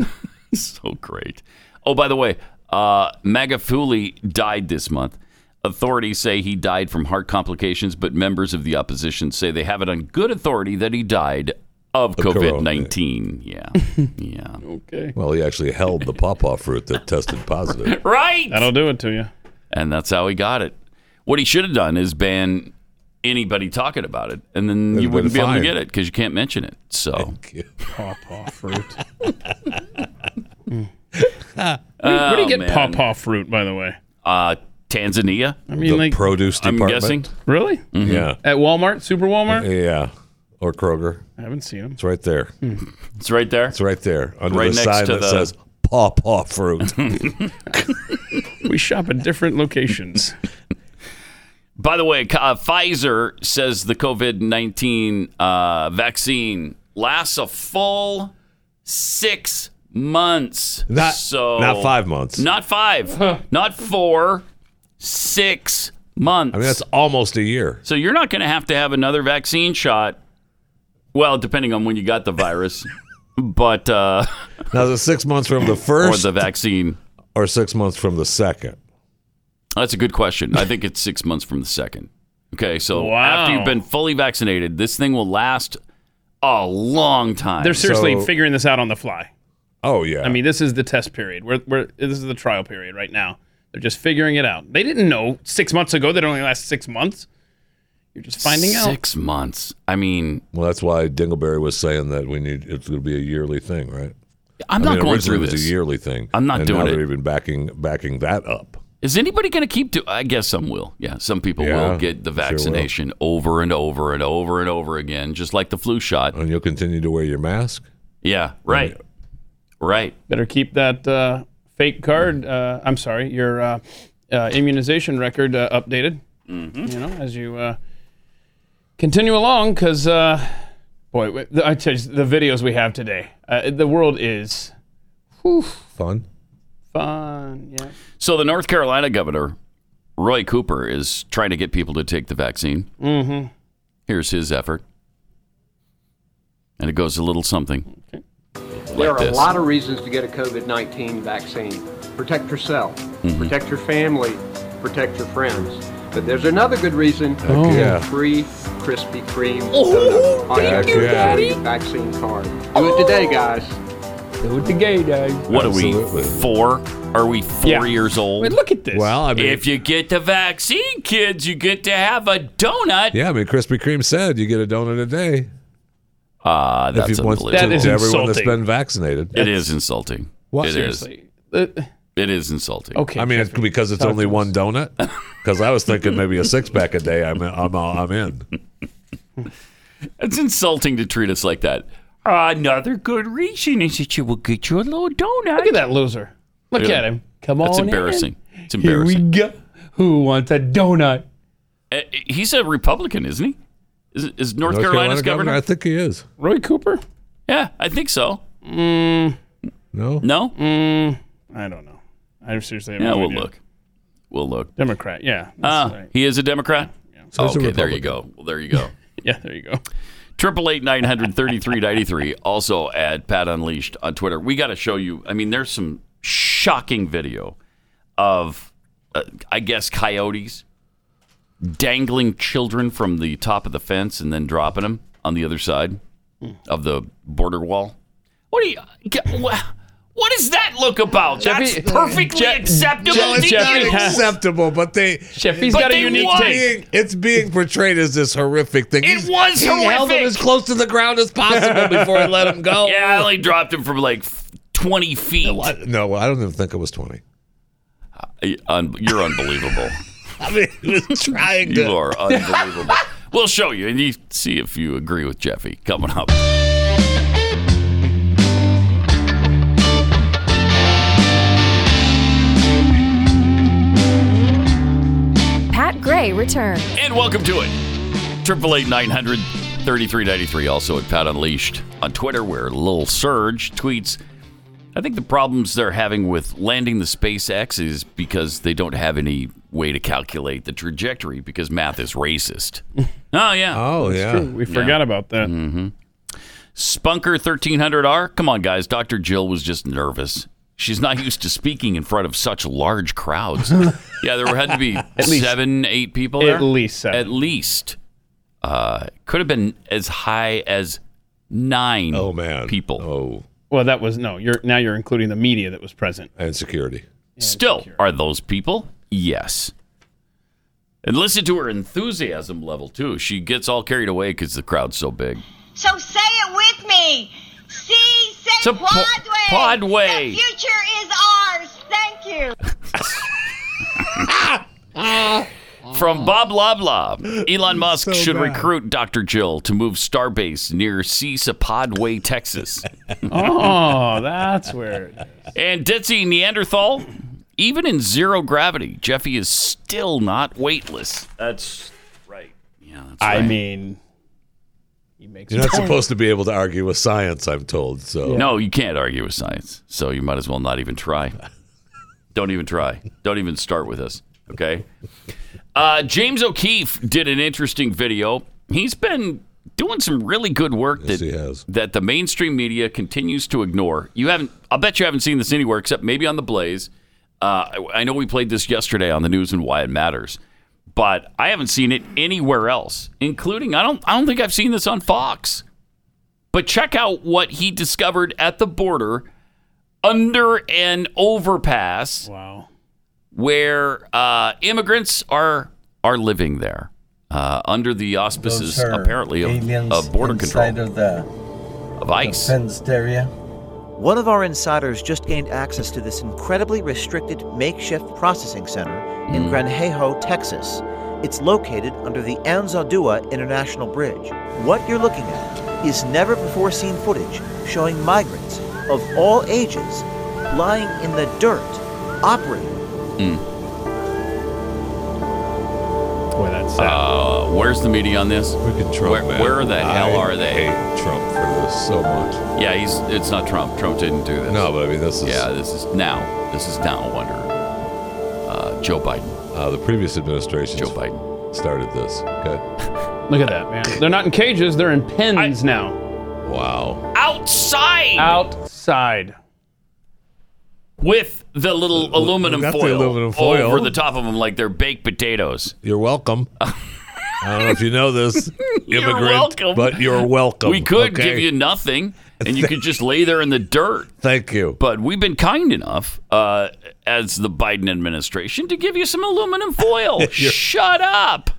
C: so great. Oh, by the way, uh, Magafuli died this month. Authorities say he died from heart complications, but members of the opposition say they have it on good authority that he died of
F: corona.
C: COVID 19. Yeah. Yeah.
D: Okay.
F: Well, he actually held the pawpaw fruit that tested positive.
C: Right.
D: That'll do it to you.
C: And that's how he got it. What he should have done is ban anybody talking about it, and then you
F: been
C: wouldn't be able to
F: fine.
C: get it because you can't mention it. So.
D: Pawpaw fruit. Where do you get
C: man.
D: pawpaw fruit, by the way?
C: uh, Tanzania,
D: I mean,
F: the
D: like,
F: produce
C: I'm
F: department.
C: guessing. Mm-hmm.
D: really?
F: Yeah.
D: At Walmart, Super Walmart?
F: Yeah. Or Kroger.
D: I haven't seen them.
F: It's right there.
D: Hmm.
C: It's right there.
F: It's right there. Under
C: Right
F: the
C: next
F: sign
C: to
F: that
C: the-
F: says pawpaw fruit.
D: We shop at different locations.
C: By the way, uh, Pfizer says the COVID 19 uh, vaccine lasts a full six months.
F: Not,
C: so,
F: not five months.
C: Not five. not four. Six months.
F: I mean, that's almost a year.
C: so you're not going to have to have another vaccine shot. Well, depending on when you got the virus, but uh,
F: Now, is it six months from the
C: or
F: first
C: the vaccine.
F: or six months from the second?
C: That's a good question. I think it's six months from the second. Okay, so
D: Wow.
C: after you've been fully vaccinated, this thing will last a long time.
D: They're seriously
F: So-
D: figuring this out on the fly.
F: Oh, yeah.
D: I mean, this is the test period. We're, we're, this is the trial period right now. They're just figuring it out. They didn't know six months ago that it only lasts six months. You're just finding out.
C: six months. I mean,
F: well, that's why Dingleberry was saying that we need it's going to be a yearly thing, right?
C: I'm
F: I
C: not
F: mean,
C: going
F: originally
C: through
F: It was
C: this.
F: a yearly thing.
C: I'm not
F: and
C: doing
F: now
C: it.
F: They're even backing backing that up.
C: Is anybody going to keep? Do- I guess some will. Yeah, some people
F: Yeah,
C: will get the
F: sure will.
C: vaccination over and over and over and over again, just like the flu shot.
F: And you'll continue to wear your mask.
C: Yeah, right, right.
D: Better keep that uh, fake card. Uh, I'm sorry, your uh, uh, immunization record uh, updated. You know, as you uh, continue along, because uh, boy, w- the- I tell you, the videos we have today, uh, the world is
F: Fun.
D: fun. Yeah.
C: So the North Carolina governor, Roy Cooper, is trying to get people to take the vaccine. Mm-hmm. Here's his effort. And it goes a little something. Like
J: There are
C: this.
J: a lot of reasons to get a COVID 19 vaccine. Protect yourself,
C: Mm-hmm.
J: protect your family, protect your friends. But there's another good reason to
C: Oh,
F: yeah.
J: get free Krispy Kreme donuts on your
F: Oh, thank you, Daddy.
J: vaccine card. Do it today, guys.
D: Do it the gay day.
C: what
F: Absolutely.
C: are we, four? Are we four
D: Yeah.
C: years old?
D: Wait, look at this.
F: Well, I mean,
C: if you get the vaccine, kids, you get to have a donut.
F: yeah, I mean, Krispy Kreme said you get a donut a day.
C: Ah, that's
F: if you want to,
C: unbelievable.
D: That is
F: to everyone that's
D: insulting.
F: been vaccinated.
C: it is insulting. It is.
D: Seriously. Oh. Uh,
C: It is insulting.
D: okay.
F: I mean, it's because it's only
D: to us.
F: one donut. Because I was thinking maybe a six pack a day. I'm I'm I'm in.
C: It's insulting to treat us like that. Another good reason is that you will get your little donut.
D: look at that loser. Look
C: Yeah.
D: at him. Come on.
C: That's
D: in.
C: embarrassing. It's
D: Here we
C: embarrassing.
D: go. Who wants a donut?
C: Uh, He's a Republican, isn't he? Is, is North, Carolina's, governor?
F: I think he is.
D: Roy Cooper?
C: Yeah, I think so.
F: No,
C: No?
D: Mm. I don't know. I seriously have
C: Yeah,
D: no
C: we'll
D: idea.
C: look. We'll look.
D: Democrat. Yeah.
C: Ah,
D: that's right.
C: he is a Democrat?
F: So he's a
C: okay, there you go. Well, there you go.
D: Yeah. There you go.
C: Triple eight nine hundred thirty three ninety three. Also at Pat Unleashed on Twitter. We got to show you. I mean, there's some shocking video of, uh, I guess, coyotes dangling children from the top of the fence and then dropping them on the other side of the border wall. What do you? get- wha- What does that look about? That's
D: Jeffy-
C: perfectly
D: Je-
C: acceptable.
D: Well, it's
C: to
D: not
C: you.
D: accept-
F: acceptable, but they
D: Jeffy's
C: But
D: got a
C: they
D: unique
C: won.
D: take.
F: being, it's being portrayed as this horrific thing.
C: It was
F: he held him
C: horrific.
F: as close to the ground as possible before I let him go.
C: yeah, I only dropped him from like twenty feet.
F: What? No, I don't even think it was twenty.
C: Uh, un- You're unbelievable.
F: I mean, he was trying
C: You
F: to.
C: are unbelievable. we'll show you and you see if you agree with Jeffy coming up.
I: Pat Gray returns.
C: And welcome to it. Triple eight nine hundred thirty three ninety three. Also at Pat Unleashed on Twitter, where Lil Surge tweets I think the problems they're having with landing the SpaceX is because they don't have any way to calculate the trajectory because math is racist. oh yeah.
F: Oh yeah.
D: We forgot about that.
C: Spunker 1300R. Come on, guys. Dr. Jill was just nervous. She's not used to speaking in front of such large crowds. yeah, there had to be
D: least-
C: seven, eight people there.
D: At least seven.
C: At least. Uh, could have been as high as nine
F: Oh man.
C: people.
F: Oh,
D: Well, that was no. You're now you're including the media that was present.
F: and security.
C: Still, are those people? Yes. And listen to her enthusiasm level, too. She gets all carried away because the crowd's so big.
G: So say it with me. See, say
C: So po-
G: Podway.
C: Podway.
G: The future is ours. Thank you.
C: From Bob Loblaw, Elon Musk should recruit Dr. Jill to move Starbase near Seasapodway, Texas.
D: Oh, that's where.
C: and Ditzy Neanderthal, even in zero gravity, Jeffy is still not weightless. That's right. Yeah, that's
D: I
C: right.
D: mean, he makes.
F: You're not supposed to be able to argue with science. I'm told. So
C: No, you can't argue with science, so you might as well not even try. Don't even try. Don't even start with us, okay? Uh, James O'Keefe did an interesting video. He's been doing some really good work that
F: he has.
C: that the mainstream media continues to ignore. You haven't. I'll bet you haven't seen this anywhere except maybe on the Blaze. Uh, I- I know we played this yesterday on the news and why it matters, but I haven't seen it anywhere else, including I don't. I don't think I've seen this on Fox. But check out what he discovered at the border under an overpass
D: Wow.
C: where uh, immigrants are are living there uh, under the auspices apparently of, of border control
H: of the
C: of ICE.
H: fenced area.
K: One of our insiders just gained access to this incredibly restricted makeshift processing center in Granjejo, Texas. It's located under the Anzadua International Bridge. What you're looking at is never before seen footage showing migrants of all ages lying in the dirt, operating
D: Boy, that's sad.
C: Uh, where's the media on this?
F: we can Trump.
C: Where-
F: man.
C: where the hell
F: I
C: are they?
F: Hate Trump for this so much.
C: Yeah, he's it's not Trump. Trump didn't do this.
F: No, but I mean this is
C: Yeah, this is now. This is now under uh, Joe Biden.
F: uh, the previous administration
C: Joe Biden.
F: started this. Okay.
D: Look at that, man. They're not in cages. They're in pens now.
F: Wow.
C: Outside
D: Outside.
C: with the little aluminum
F: got the
C: foil,
F: aluminum foil.
C: over the top of them like they're baked potatoes.
F: You're welcome. I don't know if you know this, immigrant,
C: welcome.
F: but you're welcome.
C: We could
F: Oh, okay?
C: give you nothing, and you could just lay there in the dirt.
F: Thank you.
C: But we've been kind enough, uh, as the Biden administration, to give you some aluminum foil. Shut up!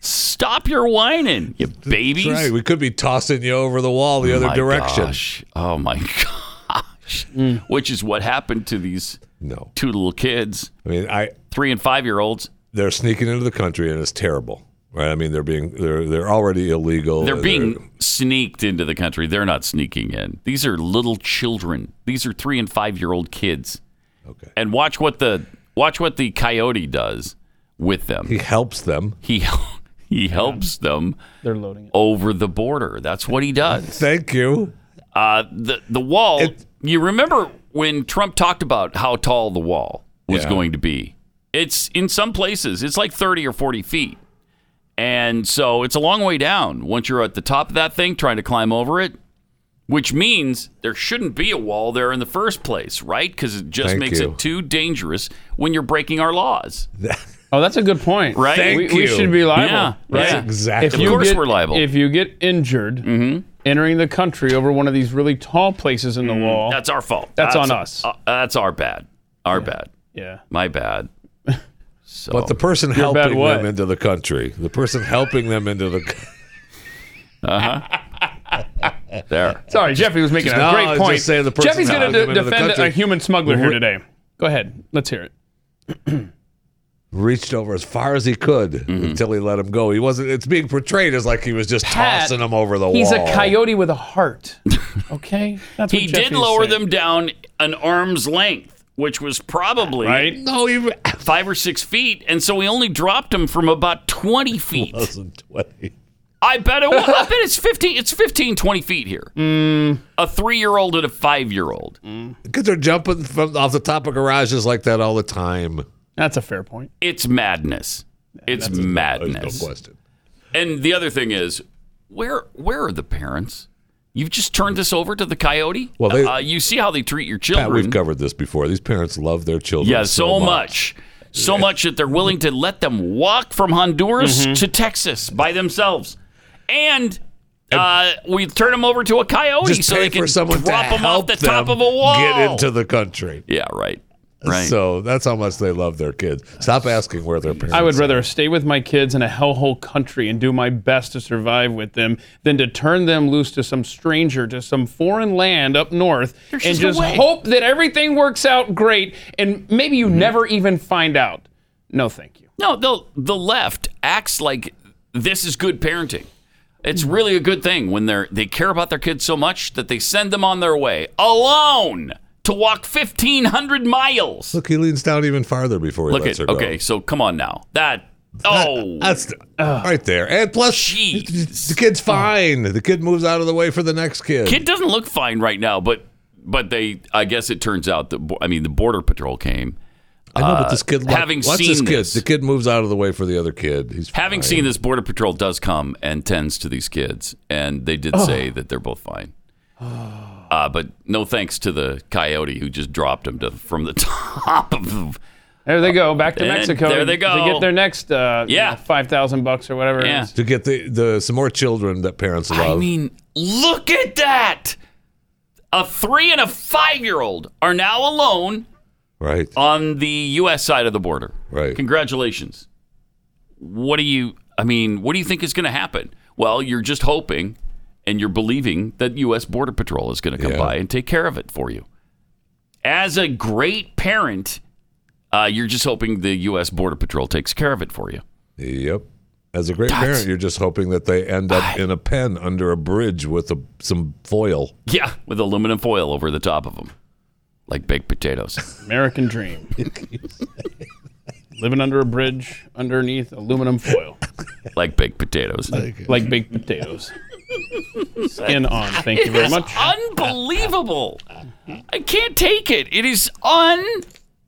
C: Stop your whining, you babies.
F: That's right. We could be tossing you over the wall the other
C: My
F: direction.
C: gosh. Oh my gosh. Which is what happened to these
F: No.
C: two little kids,
F: I mean, I
C: three and five year olds.
F: they're sneaking into the country and it's terrible. Right? I mean, they're being they're they're already illegal.
C: They're
F: and
C: being sneaked into the country. They're not sneaking in. These are little children. These are three and five year old kids.
F: Okay.
C: And watch what the watch what the coyote does with
F: he
C: them.
F: helps them.
C: He he helps them
D: They're loading it.
C: over the border. That's what he does.
F: Thank you.
C: Uh, the the wall.
F: It-
C: you remember when Trump talked about how tall the wall was
F: Yeah.
C: going to be? It's in some places it's like thirty or forty feet, and so it's a long way down. Once you're at the top of that thing, trying to climb over it, which means there shouldn't be a wall there in the first place, right? Because it just
F: Thank
C: makes
F: you.
C: it too dangerous when you're breaking our laws,
D: Oh, that's a good point.
C: right?
F: Thank
D: We, we
F: you.
D: should be liable.
C: Yeah,
D: Right?
C: yeah.
F: Exactly.
C: Of course
D: get,
C: we're liable.
D: If you get injured entering the country over one of these really tall places in the wall,
C: That's our fault.
D: That's on us.
C: uh, that's our bad. Our bad.
D: yeah.
C: My bad. So.
F: But the person
D: bad
F: helping
D: what?
F: them into the country, the person helping them into the c-
C: there.
D: Sorry, Jeffy was making
F: No,
D: a
F: I
D: great
F: was
D: point.
F: just saying the person
D: Jeffy's going
F: that
D: to
F: allowed them into the
D: defend
F: country-
D: a human smuggler here
F: Re-
D: today. Go ahead. Let's hear it.
F: reached over as far as he could
C: Mm-hmm.
F: until he let him go. He wasn't. It's being portrayed as like he was just tossing them over the
D: He's
F: wall.
D: a coyote with a heart. Okay? That's what
C: He
D: Jeffy's
C: did lower
D: saying.
C: them down an arm's length, which was probably
D: Right?
F: No, he
C: five or six feet, and so we only dropped him from about twenty feet.
F: wasn't twenty.
C: I bet it. wa- I bet it's fifteen. It's 15, 20 feet here.
F: Mm.
C: A three-year-old and a five-year-old.
F: Because they're jumping from off the top of garages like that all the time.
D: That's a fair point.
C: It's madness. It's madness.
F: no question.
C: And the other thing is, where where are the parents? You've just turned this over to the coyote.
F: Well, they-
C: uh, you see how they treat your
F: Pat,
C: children.
F: we've covered this before. These parents love their children.
C: yeah, so, much. So much that they're willing to let them walk from Honduras
F: Mhm.
C: to Texas by themselves. And uh, we turn them over to a coyote
F: Just
C: so
F: pay
C: they can
F: for someone to
C: drop them off
F: help
C: the top
F: them
C: of a wall.
F: Get into the country.
C: Yeah, right. Right.
F: So that's how much they love their kids. Stop asking where their parents.
D: I would rather stay with my kids in a hellhole country and do my best to survive with them than to turn them loose to some stranger, to some foreign land up north,
E: There's
D: and
E: just no
D: just
E: way.
D: hope that everything works out great and maybe you
F: Mm-hmm.
D: never even find out. No, thank you.
C: No, the the left acts like this is good parenting. It's really a good thing when they're they care about their kids so much that they send them on their way alone to walk fifteen hundred miles.
F: Look, he leans down even farther before he
C: Look
F: lets
C: at
F: her go.
C: okay, so come on now. That oh
F: That's right there. And plus, the kid's fine. The kid moves out of the way for the next kid.
C: kid doesn't look fine right now, but but they I guess it turns out that bo- I mean the border patrol came.
F: I know,
C: Uh,
F: but this kid.
C: having
F: watch
C: seen
F: this kid.
C: this.
F: The kid moves out of the way for the other kid. He's
C: Having
F: fine.
C: seen this, Border Patrol does come and tends to these kids, and they did
F: Oh.
C: say that they're both fine. Uh, but no thanks to the coyote who just dropped them to, from the top of. the-
D: There they go, back to
C: And
D: Mexico.
C: there they
D: To
C: go.
D: get their next uh, yeah. 5,000 bucks or whatever. it is.
F: to get the, the some more children that parents love.
C: I mean, look at that! A three and a five-year-old are now alone
F: right
C: on the U.S. side of the border.
F: Right.
C: Congratulations. What do you? I mean, what do you think is going to happen? Well, you're just hoping and you're believing that U.S. Border Patrol is going to come by and take care of it for you. As a great parent, uh, you're just hoping the U.S. Border Patrol takes care of it for you.
F: Yep. As a great parent, you're just hoping that they end up in a pen under a bridge with a, some foil.
C: Yeah, with aluminum foil over the top of them, like baked potatoes.
D: American dream. Living under a bridge underneath aluminum foil.
C: like baked potatoes.
D: Like, baked potatoes. Skin on. Thank you very
C: It is
D: much.
C: Unbelievable. I can't take it. It is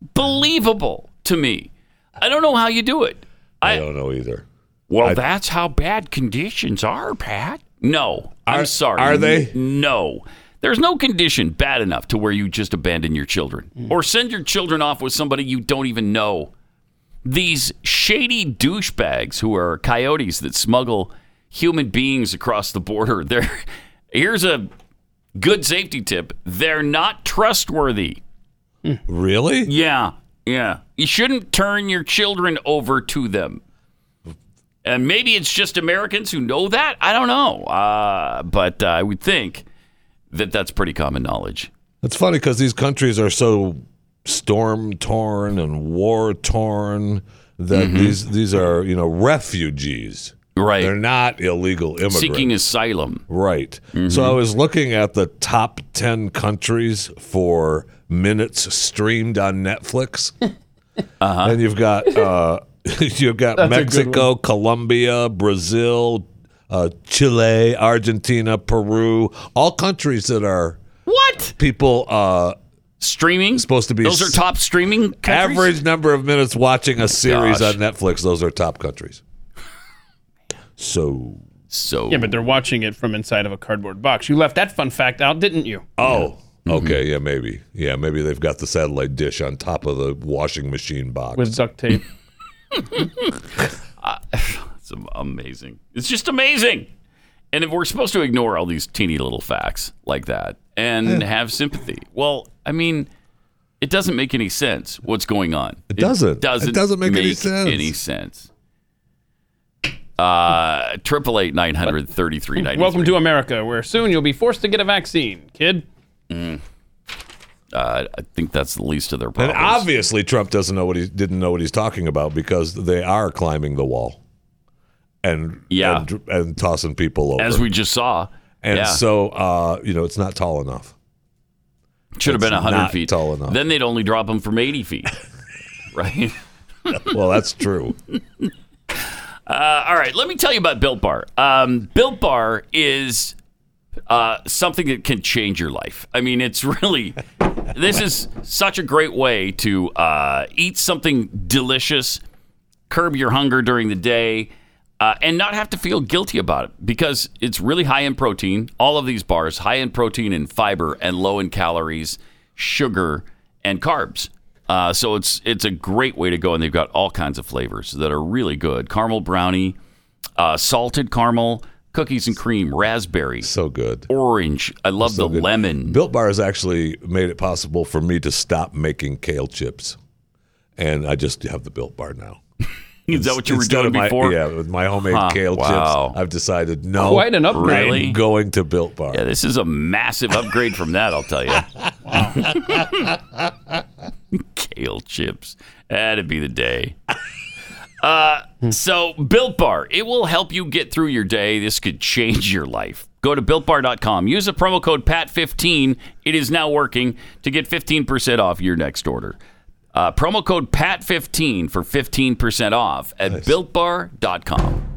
C: unbelievable to me. I don't know how you do it.
F: I, don't know either.
C: Well, that's how bad conditions are, Pat. No, I'm sorry.
F: are they?
C: N- No. There's no condition bad enough to where you just abandon your children or send your children off with somebody you don't even know. These shady douchebags who are coyotes that smuggle human beings across the border. They're, here's a good safety tip they're not trustworthy.
F: Really?
C: Yeah, yeah. You shouldn't turn your children over to them. And maybe it's just Americans who know that. I don't know. Uh, but uh, I would think that that's pretty common knowledge.
F: That's funny because these countries are so storm torn and war torn that
C: Mhm.
F: these these are you know refugees.
C: Right.
F: They're not illegal immigrants.
C: Seeking asylum.
F: Right. So I was looking at the top 10 countries for minutes streamed on Netflix. uh-huh. And you've got uh, you've got
L: That's a good
F: Mexico, Colombia, Brazil, uh, Chile, Argentina, Peru, all countries that are
C: What?
F: People uh
C: streaming
F: supposed to be
C: Those are top streaming countries? Oh
F: average number of minutes watching a series
C: gosh.
F: on Netflix. Those are top countries. So
C: so
D: Yeah, but they're watching it from inside of a cardboard box. You left that fun fact out, didn't you?
F: Oh,
C: mm-hmm.
F: okay. Yeah, maybe. Yeah, maybe they've got the satellite dish on top of the washing machine box.
D: With duct tape.
C: It's am- amazing. It's just amazing. And if we're supposed to ignore all these teeny little facts like that and have sympathy, well, I mean, it doesn't make any sense what's going on. It
F: doesn't. It
C: doesn't.
F: doesn't make any sense.
C: Any sense. Uh, triple eight nine hundred thirty three ninety.
D: Welcome to America, where soon you'll be forced to get a vaccine, kid.
C: Mm. Uh, I think that's the least of their
F: and
C: problems.
F: obviously, Trump doesn't know what he didn't know what he's talking about because they are climbing the wall, and
C: Yeah.
F: and, and tossing people over.
C: As we just saw.
F: and
C: yeah.
F: so uh, you know, it's not tall enough.
C: should have been
F: it's
C: hundred
F: not
C: feet
F: tall enough.
C: Then they'd only drop them from eighty feet, right?
F: Well, that's true.
C: Uh, all right, let me tell you about Built Bar. Um, Built Bar is uh, something that can change your life. I mean, it's really this is such a great way to uh, eat something delicious, curb your hunger during the day, uh, and not have to feel guilty about it because it's really high in protein. All of these bars high in protein and fiber, and low in calories, sugar, and carbs. Uh, so it's it's a great way to go, and they've got all kinds of flavors that are really good: caramel brownie, uh, salted caramel, cookies and cream, raspberry.
F: So good.
C: Orange. I love the lemon.
F: Built Bar has actually made it possible for me to stop making kale chips, and I just have the Built Bar now.
C: Is that what you were
F: Instead
C: doing
F: of my,
C: before?
F: Yeah, with my homemade
C: Huh,
F: kale
C: wow.
F: chips, I've decided no.
C: Quite an upgrade.
F: I'm
C: Oh, Really?
F: going to Built Bar.
C: Yeah, this is a massive upgrade from that, I'll tell you. Kale chips. That'd be the day. Uh, so, Built Bar, it will help you get through your day. This could change your life. Go to builtbar.com. Use the promo code PAT15. It is now working to get 15% off your next order. Uh, promo code PAT15 for 15% off at builtbar.com.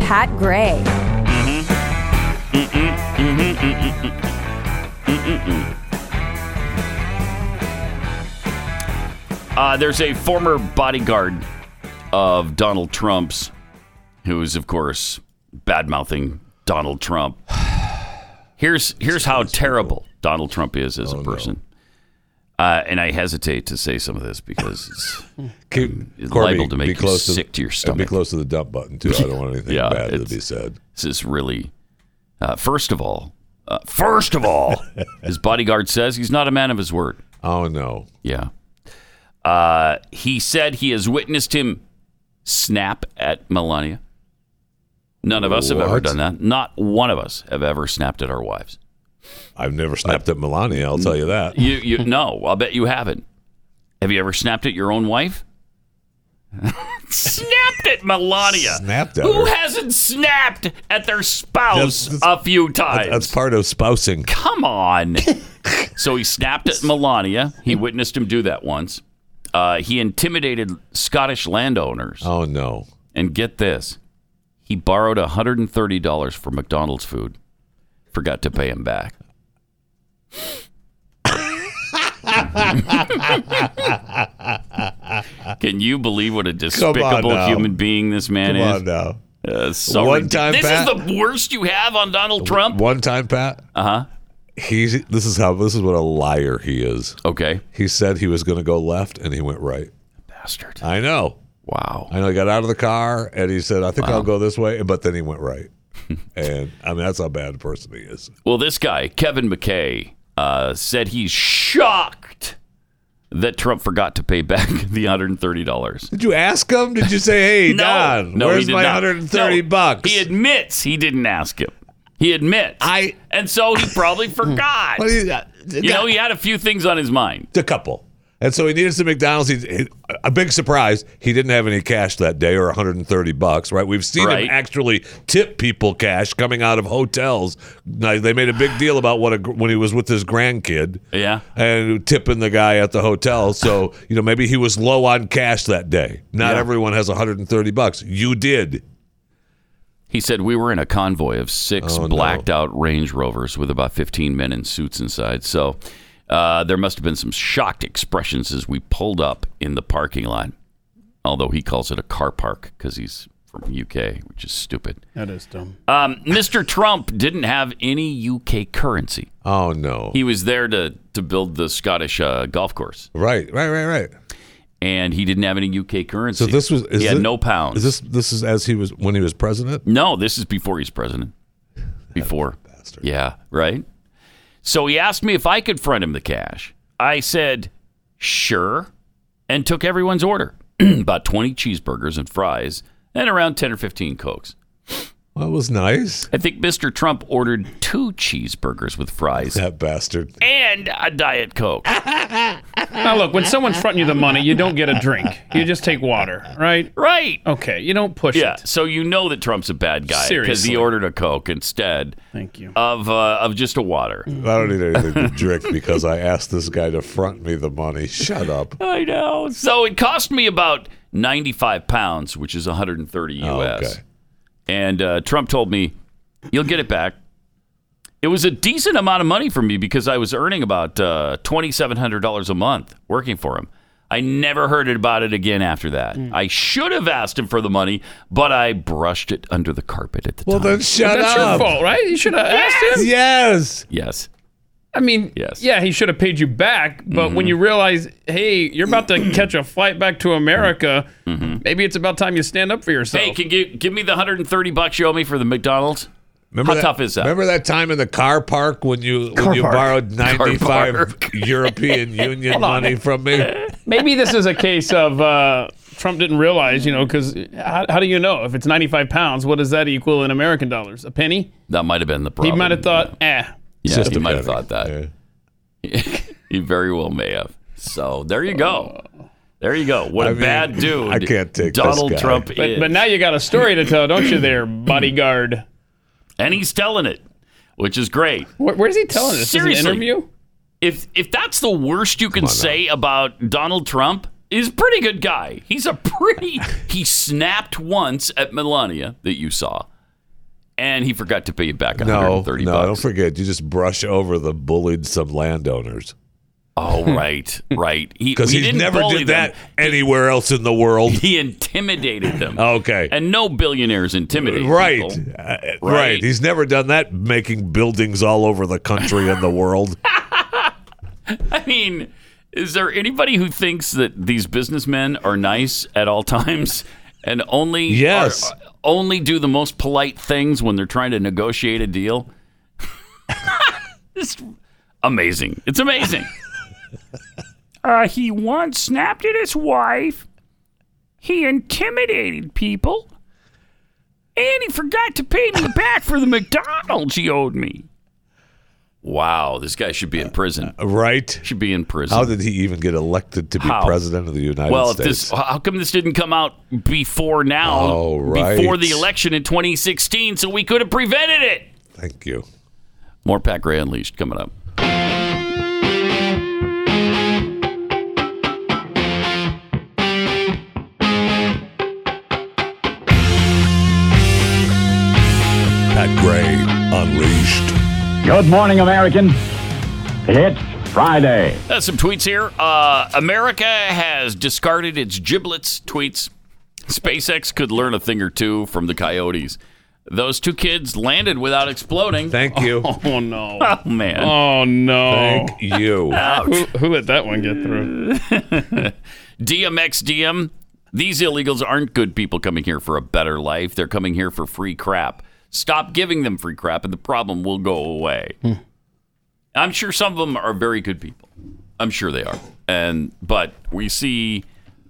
I: Pat Gray.
C: Uh, there's a former bodyguard of Donald Trump's, who is, of course, bad mouthing Donald Trump. Here's here's how terrible Donald Trump is as a person. Uh, and I hesitate to say some of this because it's
F: Keep,
C: it's
F: Corby,
C: liable to make
F: be
C: you
F: close
C: sick to your
F: uh, Be
C: stomach.
F: close to the dump button too. I don't want anything
C: Yeah,
F: bad to
C: it's-
F: be said.
C: This is really, uh, first of all, uh, first of all, his bodyguard says he's not a man of his word.
F: Oh no.
C: Yeah. Uh, he said he has witnessed him snap at Melania. None of us have ever
F: What?
C: done that. Not one of us have ever snapped at our wives.
F: I've never snapped at Melania. I'll tell you that.
C: You, you no, I'll bet you haven't. Have you ever snapped at your own wife? snapped at Melania.
F: Snapped at
C: Who
F: her.
C: hasn't snapped at their spouse a few times?
F: That's part of spousing.
C: Come on. so he snapped at Melania. He witnessed him do that once. Uh, he intimidated Scottish landowners.
F: Oh no.
C: And get this he borrowed $130 for McDonald's food, forgot to pay him back. Can you believe what a despicable
F: now.
C: human being this man
F: Come
C: is?
F: on now.
C: Uh, so
F: One
C: ridic-
F: time,
C: this
F: Pat?
C: is the worst you have on Donald Trump.
F: One time, Pat.
C: Uh huh.
F: He's this is how this is what a liar he is.
C: Okay.
F: He said he was going to go left and he went right.
C: Bastard.
F: I know.
C: Wow.
F: I know. He got out of the car and he said, "I think I'll go this way," but then he went right. and I mean, that's how bad a person he is.
C: Well, this guy, Kevin McKay, uh, said he's shocked that Trump forgot to pay back the $130.
F: Did you ask him? Did you say, "Hey, Don,
C: no, he
F: where's
C: did
F: my
C: not.
F: 130
C: No,
F: bucks?"
C: He admits he didn't ask him. He admits.
F: I-
C: and so he probably forgot.
F: What is
C: you
F: that?
C: know, he had a few things on his mind.
F: a couple. And so he needed some McDonald's. He, he, a big surprise. He didn't have any cash that day or 130 bucks, right? We've seen
C: Right.
F: him actually tip people cash coming out of hotels. Now, they made a big deal about what a, gr- when he was with his grandkid
C: Yeah.
F: and tipping the guy at the hotel. So, you know, maybe he was low on cash that day. Not
C: Yeah.
F: everyone has 130 bucks. You did.
C: He said we were in a convoy of six
F: Oh, no.
C: blacked out Range Rovers with about 15 men in suits inside. So uh, there must have been some shocked expressions as we pulled up in the parking lot. Although he calls it a car park because he's from UK, which is stupid.
D: That is dumb.
C: Um, Mr. Trump didn't have any UK currency.
F: Oh, no.
C: He was there to to build the Scottish uh, golf course,
F: right, right, right, right.
C: and he didn't have any UK currency.
F: So this was.
C: he had
F: thi-
C: no pounds.
F: Is this this is as he was when he was president?
C: No, this is before he's president. Before. Yeah, right? So he asked me if I could front him the cash. I said, sure, and took everyone's order about 20 cheeseburgers and fries and around 10 or 15 Cokes.
F: That was nice.
C: I think Mr. Trump ordered two cheeseburgers with fries.
F: That bastard.
C: And a Diet Coke.
D: Now look, when someone's fronting you the money, you don't get a drink. You just take water, right?
C: Right.
D: Okay. You don't push
C: yeah,
D: it.
C: so you know that Trump's a bad guy because
D: Seriously.
C: he ordered a Coke instead
D: Thank you. Mm.
C: of uh, of just a water.
F: I don't need anything to drink because I asked this guy to front me the money. Shut up.
D: Oh,
C: I know. So it cost me about 95 pounds, which is 130 US.
F: Oh, okay.
C: And uh, Trump told me, you'll get it back. It was a decent amount of money for me because I was earning about uh, $2,700 a month working for him. I never heard about it again after that. I should have asked him for the money, but I brushed it under the carpet at the
F: Well,
C: time.
F: then shut
D: That's your
F: up.
D: fault, right? You should have asked him.
F: Yes.
C: Yes.
D: I mean,
C: Yes.
D: yeah, he should have paid you back, but when you realize, hey, you're about to catch a flight back to America, maybe it's about time you stand up for yourself.
C: Hey, can you give me the 130 bucks you owe me for the McDonald's?
F: Remember
C: How
F: that,
C: tough is that?
F: Remember that time in the car park when you when you
D: park.
F: borrowed ninety five
C: park.
F: European Union money from me?
D: maybe this is a case of uh, Trump didn't realize, you know, because how, how do you know if it's 95 pounds? What does that equal in American dollars? A penny?
C: That might have been the
D: He
C: problem.
D: might have thought, eh.
C: Yeah, he might have
F: Sympathetic.
C: thought that.
F: Yeah.
C: he very well may have. So there you go. There you go. What a
F: I mean,
C: bad dude.
F: I can't take this
C: Donald
F: guy.
C: Trump
D: But,
C: is.
D: but now you got a story to tell, don't you, there, bodyguard?
C: and he's telling it, which is great.
D: Where, where's he telling this? Is it
C: Seriously.
D: an interview?
C: If if that's the worst you can say about Donald Trump, he's a pretty good guy. He's a pretty he snapped once at Melania that you saw. And he forgot to pay you back
F: No, no,
C: 130
F: don't
C: bucks.
F: forget. You just brush over the bullied some landowners
C: Oh, right, right. He,
F: because
C: he
F: he
C: didn't
F: never
C: bully
F: did that
C: them.
F: anywhere else in the world.
C: He intimidated them.
F: Okay,
C: And no billionaires intimidate
F: right.
C: people.
F: Uh, right,
C: Right.
F: He's never done that, making buildings all over the country and the world.
C: I mean, is there anybody who thinks that these businessmen are nice at all times and only
F: Yes.
C: are- only do the most polite things when they're trying to negotiate a deal? it's amazing. It's amazing.
E: Uh, he once snapped at his wife. He intimidated people. And he forgot to pay me back for the McDonald's he owed me.
C: wow, this guy should be in prison.
F: right?
C: Should be in prison.
F: How did he even get elected to be
C: How?
F: president of the United
C: well, if this,
F: States?
C: how come this didn't come out before now,
F: Oh, right.
C: before the election in 2016, so we could have prevented it?
F: Thank you.
C: More Pat Gray Unleashed coming up.
F: Pat Gray unleashed.
B: Good morning, American. It's Friday.
C: Uh, some tweets here. Uh, America has discarded its giblets tweets. SpaceX could learn a thing or two from the coyotes. Those two kids landed without exploding.
F: Thank you.
D: Oh, no.
C: oh, man.
D: Oh, no.
F: Thank you.
D: Who, who let that one get through?
C: DMX DM. These illegals aren't good people coming here for a better life. They're coming here for free crap. Stop giving them free crap and the problem will go away. I'm sure some of them are very good people. I'm sure they are. And but we see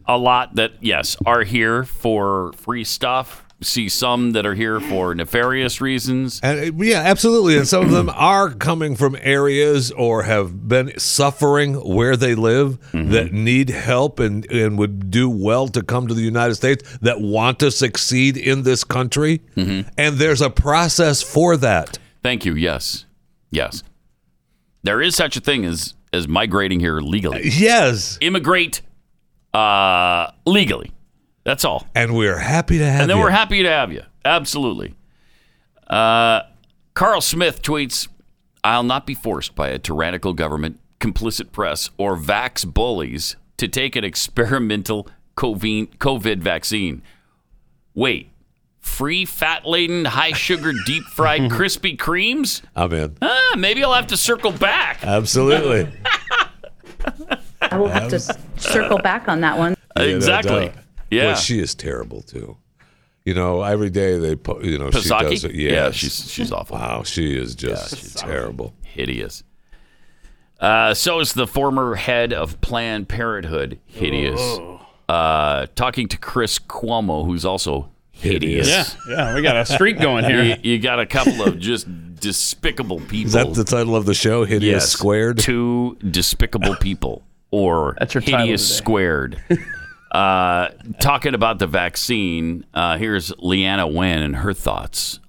C: a lot that yes, are here for free stuff. See some that are here for nefarious reasons.
F: And uh, yeah, absolutely. And some of them are coming from areas or have been suffering where they live
C: Mm-hmm.
F: that need help and, and would do well to come to the United States that want to succeed in this country.
C: Mm-hmm.
F: And there's a process for that.
C: Thank you. Yes. Yes. There is such a thing as as migrating here legally.
F: Yes.
C: immigrate uh, legally. That's all.
F: And we're happy to have
C: And then
F: you.
C: we're happy to have you. Absolutely. Uh, Carl Smith tweets I'll not be forced by a tyrannical government, complicit press, or vax bullies to take an experimental COVID, COVID vaccine. Wait, free fat laden, high sugar, deep fried Krispy Kremes?
F: I'm in.
C: Ah, maybe I'll have to circle back.
F: Absolutely.
L: I will have to s- circle back on that one.
F: Yeah, no
C: exactly.
F: doubt.
C: Yeah.
F: Well, she is terrible too. You know, every day they, po- you know, she
C: Psaki?
F: does it.
C: Yeah,
F: Yes.
C: she's, she's awful.
F: wow, she is just terrible.
C: hideous. Uh, so is the former head of Planned Oh. Parenthood, hideous. Uh, talking to Chris Cuomo, who's also hideous.
D: Yeah, yeah, we got a streak going here.
C: You, you got a couple of just despicable people.
F: Is that the title of the show? Hideous
C: Yes.
F: Squared.
C: Two despicable people, or
D: title
C: hideous
D: today.
C: squared. Uh, talking about the vaccine, uh, here's Leanna Wen and her thoughts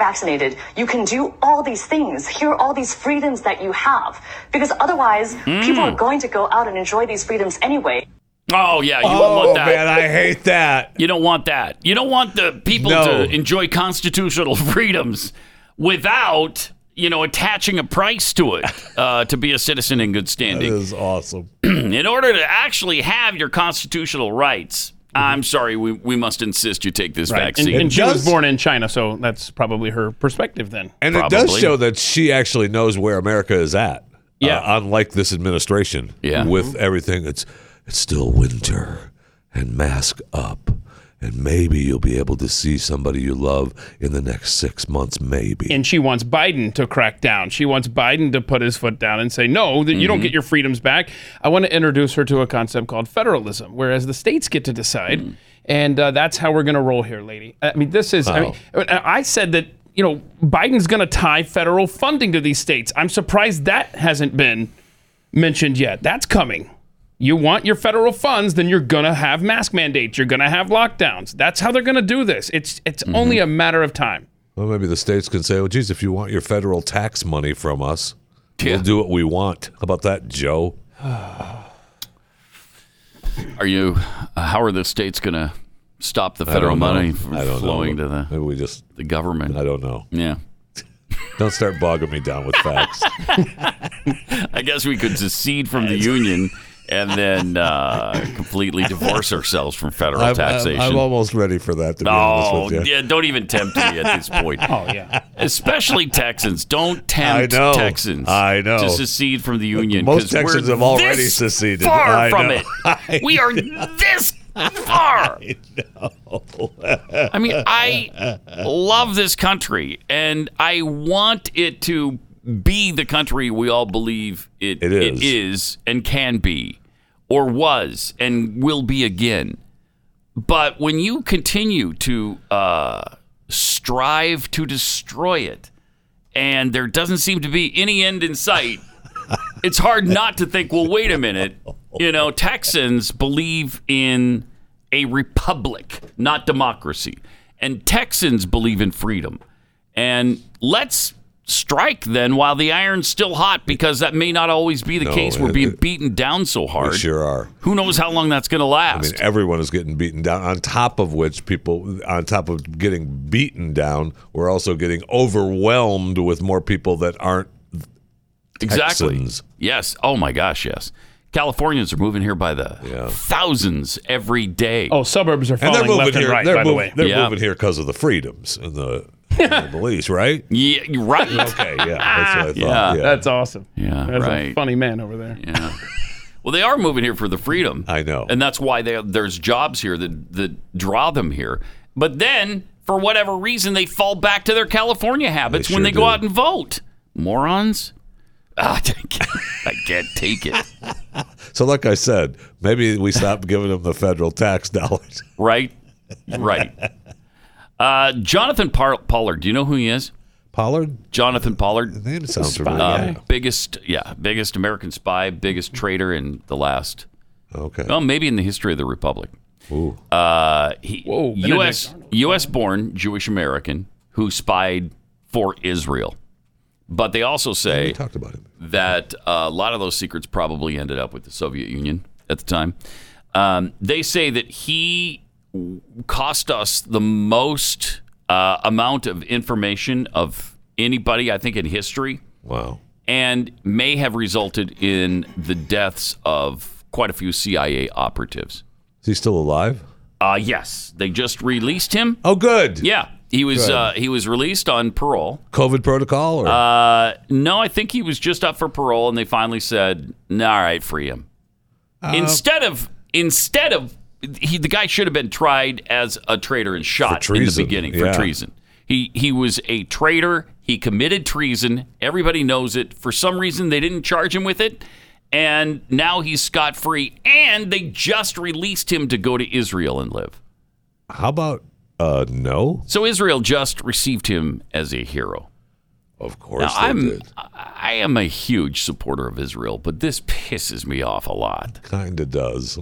M: vaccinated, you can do all these things. Here are all these freedoms that you have. Because otherwise, people
C: Mm.
M: are going to go out and enjoy these freedoms anyway.
C: Oh yeah, you
F: Oh,
C: don't want that.
F: man, I hate that.
C: You don't want that. You don't want the people
F: No.
C: to enjoy constitutional freedoms without, you know, attaching a price to it uh, to be a citizen in good standing.
F: That is awesome.
C: in order to actually have your constitutional rights, I'm sorry, we, we must insist you take this
D: Right. And,
C: vaccine.
D: and she was born in China, so that's probably her perspective then.
F: And it does show that she actually knows where America is at.
D: Yeah.
F: Uh, unlike this administration. Yeah. With everything, it's it's still winter and mask up. And maybe you'll be able to see somebody you love in the next six months, maybe.
D: And she wants Biden to crack down. She wants Biden to put his foot down and say, no, that you don't
F: Mhm.
D: get your freedoms back. I want to introduce her to a concept called federalism, whereas the states get to decide. And uh, that's how we're going to roll here, lady. I mean, this is, I, mean, I said that, you know, Biden's going to tie federal funding to these states. I'm surprised that hasn't been mentioned yet. That's coming. You want your federal funds, then you're gonna have mask mandates. You're gonna have lockdowns. That's how they're gonna do this. It's it's only a matter of time.
F: Well, maybe the states can say, well, geez, if you want your federal tax money from us, we'll do what we want. How about that, Joe?
C: Are you? Uh, how are the states going to stop the
F: I
C: federal
F: don't know.
C: money from
F: I don't know.
C: flowing to the
F: Maybe we just
C: the government?
F: I don't know.
C: Yeah.
F: Don't start bogging me down with facts.
C: I guess we could secede from the union and then uh, completely divorce ourselves from federal
F: I'm,
C: taxation.
F: I'm, I'm almost ready for that. To be
C: No,
F: honest with you.
C: yeah, don't even tempt me at this point.
D: Oh yeah,
C: especially Texans. Don't tempt
F: I know.
C: Texans.
F: I know.
C: to secede from the union.
F: Most
C: 'cause we're
F: Texans have already
C: this
F: seceded.
C: Far
F: I
C: from
F: know.
C: it. we are this far. I I mean, I love this country, and I want it to be the country we all believe it, it, is. it is and can be, or was and will be again. But when you continue to uh, strive to destroy it, and there doesn't seem to be any end in sight, it's hard not to think, well, wait a minute. You know, Texans believe in a republic, not democracy. And Texans believe in freedom. And let's strike then while the iron's still hot because that may not always be the
F: No,
C: case. We're
F: it-
C: being beaten down so hard.
F: We sure are.
C: Who knows how long that's going to
F: I
C: last?
F: mean, everyone is getting beaten down. On top of which, people, on top of getting beaten down, we're also getting overwhelmed with more people that aren't
C: Exactly.
F: Texans.
C: Yes. Oh my gosh. Yes. Californians are moving here by the thousands every day.
D: Oh, suburbs are
F: And they're
D: falling
F: moving
D: left
F: here.
D: and right.
F: they're
D: by
F: moving,
D: the way,
F: they're moving here because of the freedoms and the, and the police, right?
C: Yeah, right.
F: okay, yeah, that's what I thought. Yeah,
D: that's awesome.
C: Yeah,
D: that's a
C: right.
D: funny man over there.
C: Yeah. Well, they are moving here for the freedom. I
F: know.
C: And that's why they, there's jobs here that, that draw them here. But then, for whatever reason, they fall back to their California habits when
E: sure
C: they go
E: do.
C: out and vote. Morons. Ah, I can't, I can't take it.
F: So, like I said, maybe we stop giving them the federal tax dollars.
C: Right? Right. Uh, Jonathan Par- Pollard. Do you know who he is?
F: Pollard?
C: Jonathan Pollard. The
F: name sounds
C: spy.
F: familiar.
C: biggest, yeah, biggest American spy, biggest traitor in the last.
F: Okay.
C: Well, maybe in the history of the Republic.
F: Ooh.
C: Uh, he,
D: Benedict
C: U.S. U.S. born Jewish American who spied for Israel, but they also say
F: talked about him.
C: that uh, a lot of those secrets probably ended up with the Soviet Union at the time. Um, they say that he w- cost us the most uh, amount of information of anybody, I think, in history.
F: Wow.
C: And may have resulted in the deaths of quite a few CIA operatives.
F: Is he still alive?
C: Uh, yes, they just released him.
F: Oh, good.
C: Yeah, he was
F: Good.
C: uh, he was released on parole.
F: COVID protocol? Or?
C: Uh, no, I think he was just up for parole, and they finally said, "Nah, "All right, free him."
F: Uh,
C: instead of instead of he, the guy should have been tried as a traitor and shot in the
F: treason,
C: beginning
F: yeah.
C: for treason. He he was a traitor. He committed treason. Everybody knows it. For some reason, they didn't charge him with it, and now he's scot free. And they just released him to go to Israel and live.
F: How about uh, no?
C: So Israel just received him as a hero.
F: Of course,
C: Now,
F: they
C: I'm
F: did.
C: I am a huge supporter of Israel, but this pisses me off a lot.
F: Kinda does.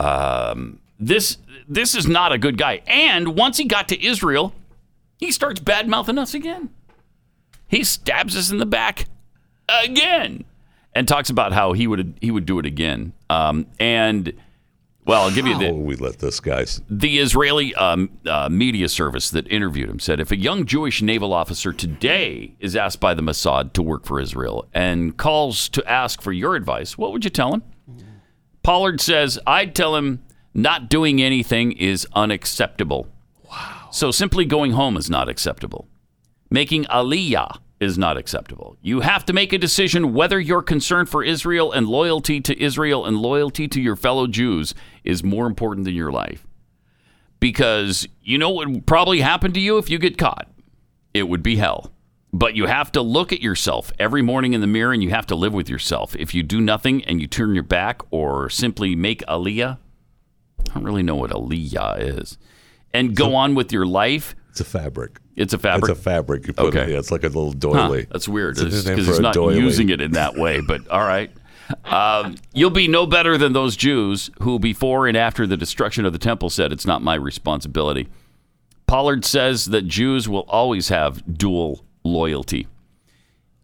C: Um, this this is not a good guy. And once he got to Israel, he starts bad mouthing us again. He stabs us in the back again, and talks about how he would he would do it again. Um, and well, I'll give you the
F: How Oh, we let this guy. s-
C: the Israeli um, uh, media service that interviewed him said if a young Jewish naval officer today is asked by the Mossad to work for Israel and calls to ask for your advice, what would you tell him? Pollard says, I'd tell him not doing anything is unacceptable. Wow. So simply going home is not acceptable. Making aliyah is not acceptable. You have to make a decision whether your concern for Israel and loyalty to Israel and loyalty to your fellow Jews is more important than your life. Because you know what would probably happen to you if you get caught? It would be hell. But you have to look at yourself every morning in the mirror and you have to live with yourself. If you do nothing and you turn your back or simply make aliyah, I don't really know what aliyah is, and go on with your life.
F: It's a fabric.
C: It's a fabric.
F: It's a fabric you put okay.
C: Okay.
F: Yeah, it's like a little
C: Huh,
F: doily.
C: that's weird.
F: It's a
C: Because
F: name
C: he's
F: for a
C: not
F: doily.
C: using it in that way, but all right. Um, you'll be no better than those Jews who, before and after the destruction of the temple, said, It's not my responsibility. Pollard says that Jews will always have dual loyalty.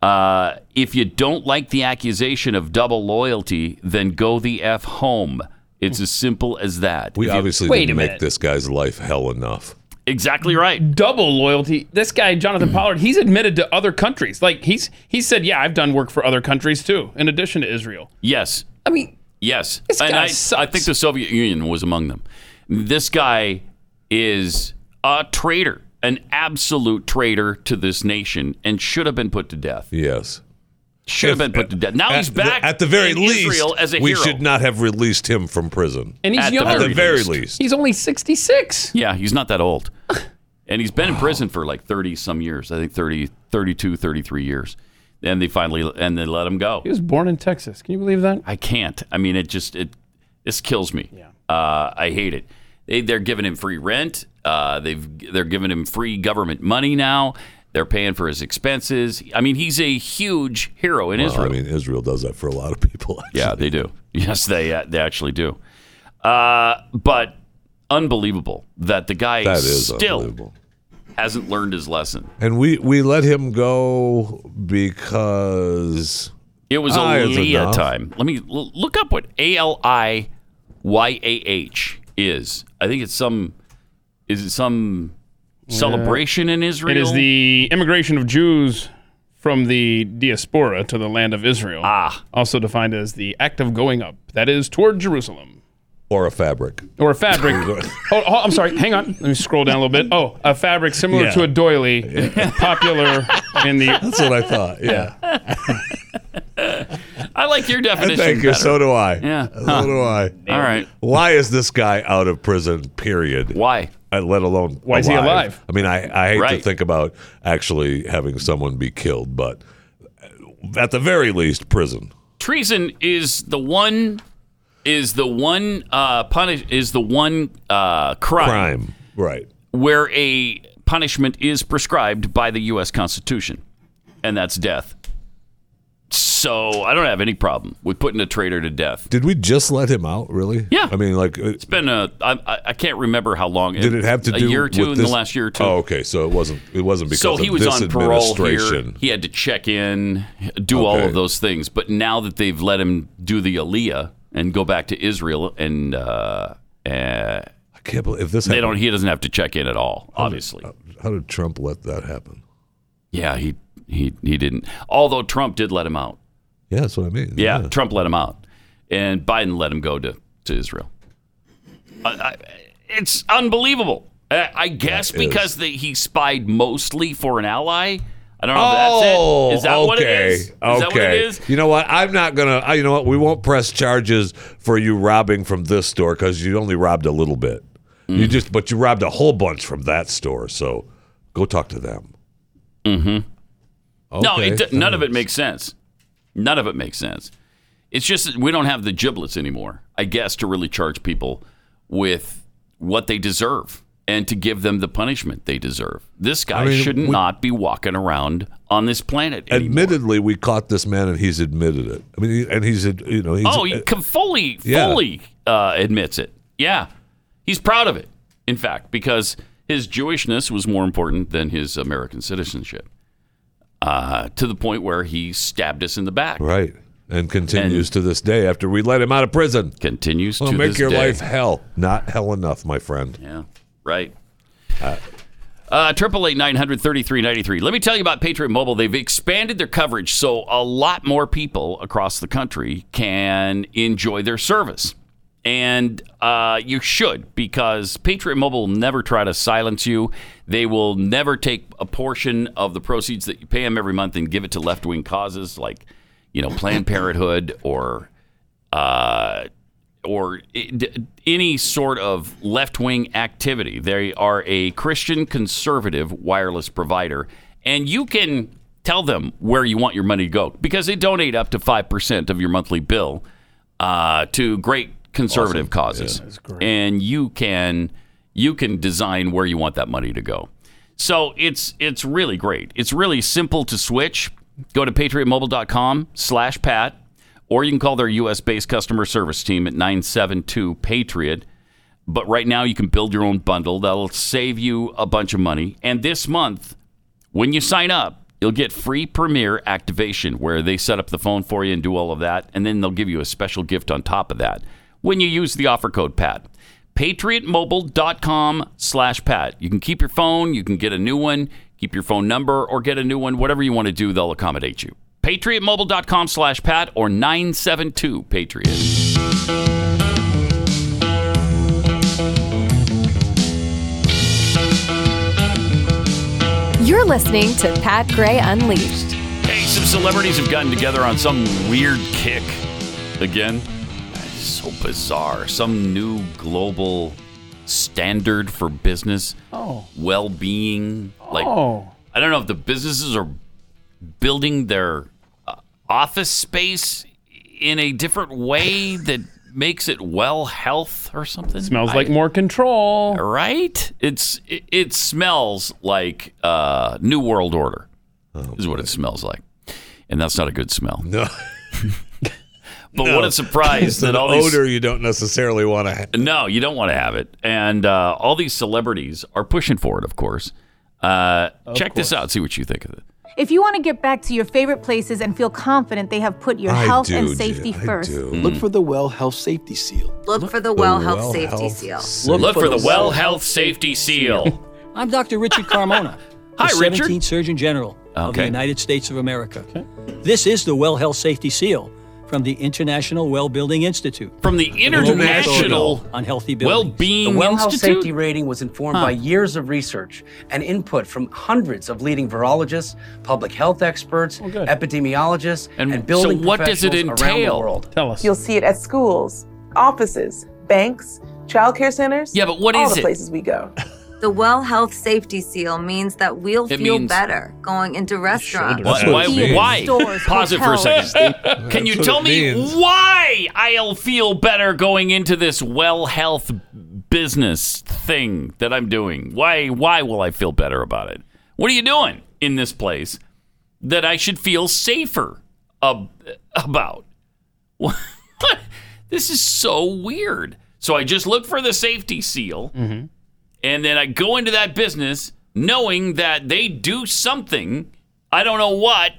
C: Uh, if you don't like the accusation of double loyalty, then go the F home. It's as simple as that.
F: We
C: If you-
F: obviously didn't make this guy's life hell enough.
C: Exactly right.
D: Double loyalty. This guy, Jonathan Pollard, he's admitted to other countries. Like he's he said, yeah, I've done work for other countries too, in addition to Israel.
C: Yes.
D: I mean,
C: Yes.
D: This
C: and
D: guy
C: I, I think the Soviet Union was among them. This guy is a traitor, an absolute traitor to this nation, and should have been put to death.
F: Yes.
C: Should have been put to death. Now
F: At
C: he's
F: the-
C: back
F: at the very
C: in
F: least,
C: Israel as a
F: we
C: hero.
F: should not have released him from prison.
D: And he's
C: At the
D: young.
F: At the very least.
D: He's only 66.
C: Yeah, he's not that old. And he's been in prison for like 30 some years. I think 30, 32, 33 years. And they finally and they let him go.
D: He was born in Texas. Can you believe that?
C: I can't. I mean, it just it this kills me. Yeah. Uh, I hate it. They, they're giving him free rent. Uh, they've they're giving him free government money now. They're paying for his expenses. I mean, he's a huge hero in
F: Well,
C: Israel.
F: I mean, Israel does that for a lot of people.
C: Yeah, they do. Yes, they uh, they actually do. Uh, but unbelievable that the guy
F: That is
C: still hasn't learned his lesson.
F: And we, we let him go because
C: It was
F: Ah, it's
C: Aliyah
F: enough.
C: time. Let me l- look up what A L I Y A H is. I think it's some. Is it some celebration in Israel?
D: It is the immigration of Jews from the diaspora to the land of Israel.
C: Ah.
D: Also defined as the act of going up, that is toward Jerusalem.
F: or a fabric.
D: Or a fabric. oh, oh, I'm sorry. Hang on. Let me scroll down a little bit. Oh, a fabric similar
F: Yeah.
D: to a doily, popular in the.
F: That's what I thought. Yeah.
C: I like your definition.
F: Thank you.
C: better.
F: So do I.
C: Yeah.
F: So
C: Huh.
F: do I.
C: All right.
F: Why is this guy out of prison? Period.
C: Why?
F: Uh, let alone
D: Why is he alive?
F: I mean, I, I hate to
C: Right.
F: think about actually having someone be killed, but at the very least, prison.
C: treason is the one is the one uh, punish is the one uh, crime,
F: Crime. Right.
C: where a punishment is prescribed by the U.S. Constitution, and that's death. So I don't have any problem with putting a traitor to death.
F: Did we just let him out? Really?
C: Yeah.
F: I mean, like, uh,
C: It's been a I, I- I can't remember how long.
F: did it have to
C: a
F: do
C: year or two
F: with
C: in
F: this?
C: the last year or two?
F: Oh, okay. So it wasn't. It wasn't because
C: so he
F: of
C: was
F: this
C: on parole here.
F: administration.
C: He had to check in, do all
F: Okay.
C: of those things. But now that they've let him do the Aliyah and go back to Israel, and uh, uh,
F: I can't believe if this.
C: they
F: Happened,
C: don't, he doesn't have to check in at all.
F: Oh,
C: Obviously,
F: How did Trump let that happen?
C: yeah, he he he didn't. Although Trump did let him out.
F: Yeah, that's what I mean.
C: Yeah, Trump let him out, and Biden let him go to to Israel. I, I, it's unbelievable. I, I guess
F: That is-
C: because the, he spied mostly for an ally. I don't know
F: oh,
C: if that's it. Is that
F: okay.
C: what it is? Is
F: okay.
C: that what it is?
F: You know what? I'm not gonna. I- You know what? We won't press charges for you robbing from this store because you only robbed a little bit.
C: Mm.
F: You just, but you robbed a whole bunch from that store. So go talk to them.
C: Mm-hmm. No,
F: Okay,
C: it, d- none of it makes sense. None of it makes sense. It's just that we don't have the giblets anymore, I guess, to really charge people with what they deserve and to give them the punishment they deserve. This guy
F: I mean,
C: should
F: we-
C: not be walking around on this planet.
F: Admittedly, we caught this man and he's admitted it. I mean, he- and he's ad- you know he's uh,
C: oh, he com- fully,
F: yeah.
C: fully uh, admits it. Yeah. He's proud of it, in fact, because his Jewishness was more important than his American citizenship uh, to the point where he stabbed us in the back.
F: right and continues to this day after we let him out of prison.
C: Continues
F: well,
C: to
F: make
C: this
F: your
C: day.
F: life hell, not hell enough, my friend.
C: Yeah, right. Uh, Triple eight nine hundred thirty three ninety three. Let me tell you about Patriot Mobile. They've expanded their coverage so a lot more people across the country can enjoy their service, and uh, you should because Patriot Mobile will never try to silence you. They will never take a portion of the proceeds that you pay them every month and give it to left wing causes like, you know, Planned Parenthood or uh, or i- d- any sort of left wing activity. They are a Christian conservative wireless provider, and you can tell them where you want your money to go because they donate up to 5% of your monthly bill uh, to great conservative causes. And you can you can design where you want that money to go. So it's it's really great. It's really simple to switch. Go to patriotmobile.com slash pat, or you can call their US based customer service team at 972 Patriot. But right now you can build your own bundle that'll save you a bunch of money. And this month, when you sign up, you'll get free Premier activation where they set up the phone for you and do all of that. And then they'll give you a special gift on top of that when you use the offer code PAT. PatriotMobile.com slash PAT. You can keep your phone, you can get a new one, keep your phone number, or get a new one. Whatever you want to do, they'll accommodate you. PatriotMobile.com slash PAT or 972 Patriot.
I: You're listening to Pat Gray Unleashed.
C: Hey, some celebrities have gotten together on some weird kick again. It's so bizarre. Some new global standard for business
D: Oh.
C: well-being. Like,
D: Oh.
C: I don't know if the businesses are building their uh, office space in a different way that makes it well health or something.
D: Smells
C: I-
D: like more control.
C: right? It's it, it smells like uh, New World Order. is what it smells like, and that's not a good smell.
F: No.
C: but what a surprise
F: It's
C: that
F: an
C: all these
F: odor you don't necessarily want to. have.
C: no, you don't want to have it. And uh, all these celebrities are pushing for it, of course. Uh, check this out. See what you think of it.
N: If you want to get back to your favorite places and feel confident they have put your
C: I
N: health
C: do,
N: and
C: Jen,
N: safety
C: I
N: first. Mm.
O: Look for the Well Health Safety Seal.
P: Look for the
O: Well
P: Well
O: Health
P: Health Safety
O: Health
P: Seal.
C: Look, for the Well Health Safety Seal.
O: I'm Dr. Richard Carmona,
C: Hi,
O: the
C: Richard.
O: 17th Surgeon General of the
C: Okay.
O: United States of America. This is the Well Health Safety Seal from the International Well Building Institute.
C: From the International
O: on healthy buildings.
C: Well-Being
Q: The Well Health
C: Institute?
Q: Safety Rating was informed
C: Huh.
Q: by years of research and input from hundreds of leading virologists, public health experts, epidemiologists, and, building
C: so what does it
Q: professionals around the
C: entail?
Q: world.
D: Tell us.
R: You'll see it at schools, offices, banks, childcare centers.
C: Yeah, but what
R: all
C: is
R: the
C: it?
R: places we go.
P: The Well Health Safety Seal means that we'll
C: It
P: feel
C: means-
P: better going into restaurants.
C: Why? Why? why? Pause it for a second. Can you
P: That's
C: tell
P: what
C: me
P: it
C: why I'll feel better going into this well health business thing that I'm doing? Why? Why will I feel better about it? What are you doing in this place that I should feel safer ab- about? What? this is so weird. So I just look for the safety seal.
D: Mm-hmm.
C: and then I go into that business knowing that they do something. I don't know what,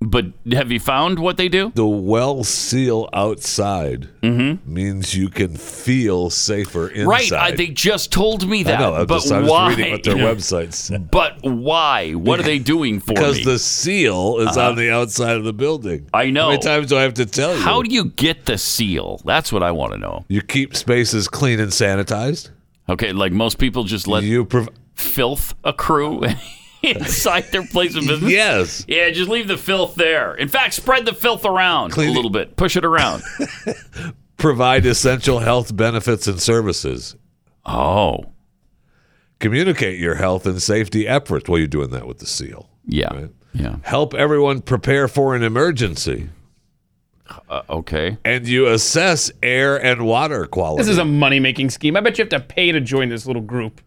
C: but have you found what they do?
F: The well seal outside means you can feel safer inside.
C: Mm-hmm. Right? I, they just told me that.
F: I know. I'm
C: but
F: just, I was
C: why?
F: reading what their website said.
C: But why? What are they doing for
F: Because
C: me?
F: the seal is
C: Uh-huh.
F: on the outside of the building.
C: I know.
F: How many times do I have to tell you?
C: How do you get the seal? That's what I want to know.
F: You keep spaces clean and sanitized.
C: Okay, like most people just let you filth accrue inside their place of business.
F: Yes.
C: Yeah, just leave the filth there. In fact, spread the filth around a little bit. Push it around.
F: Provide essential health benefits and services.
C: Oh.
F: Communicate your health and safety efforts. Well, you're doing that with the seal.
C: Yeah. Yeah.
F: Help everyone prepare for an emergency.
C: Uh, okay.
F: And you assess air and water quality.
D: This is a money making scheme. I bet you have to pay to join this little group.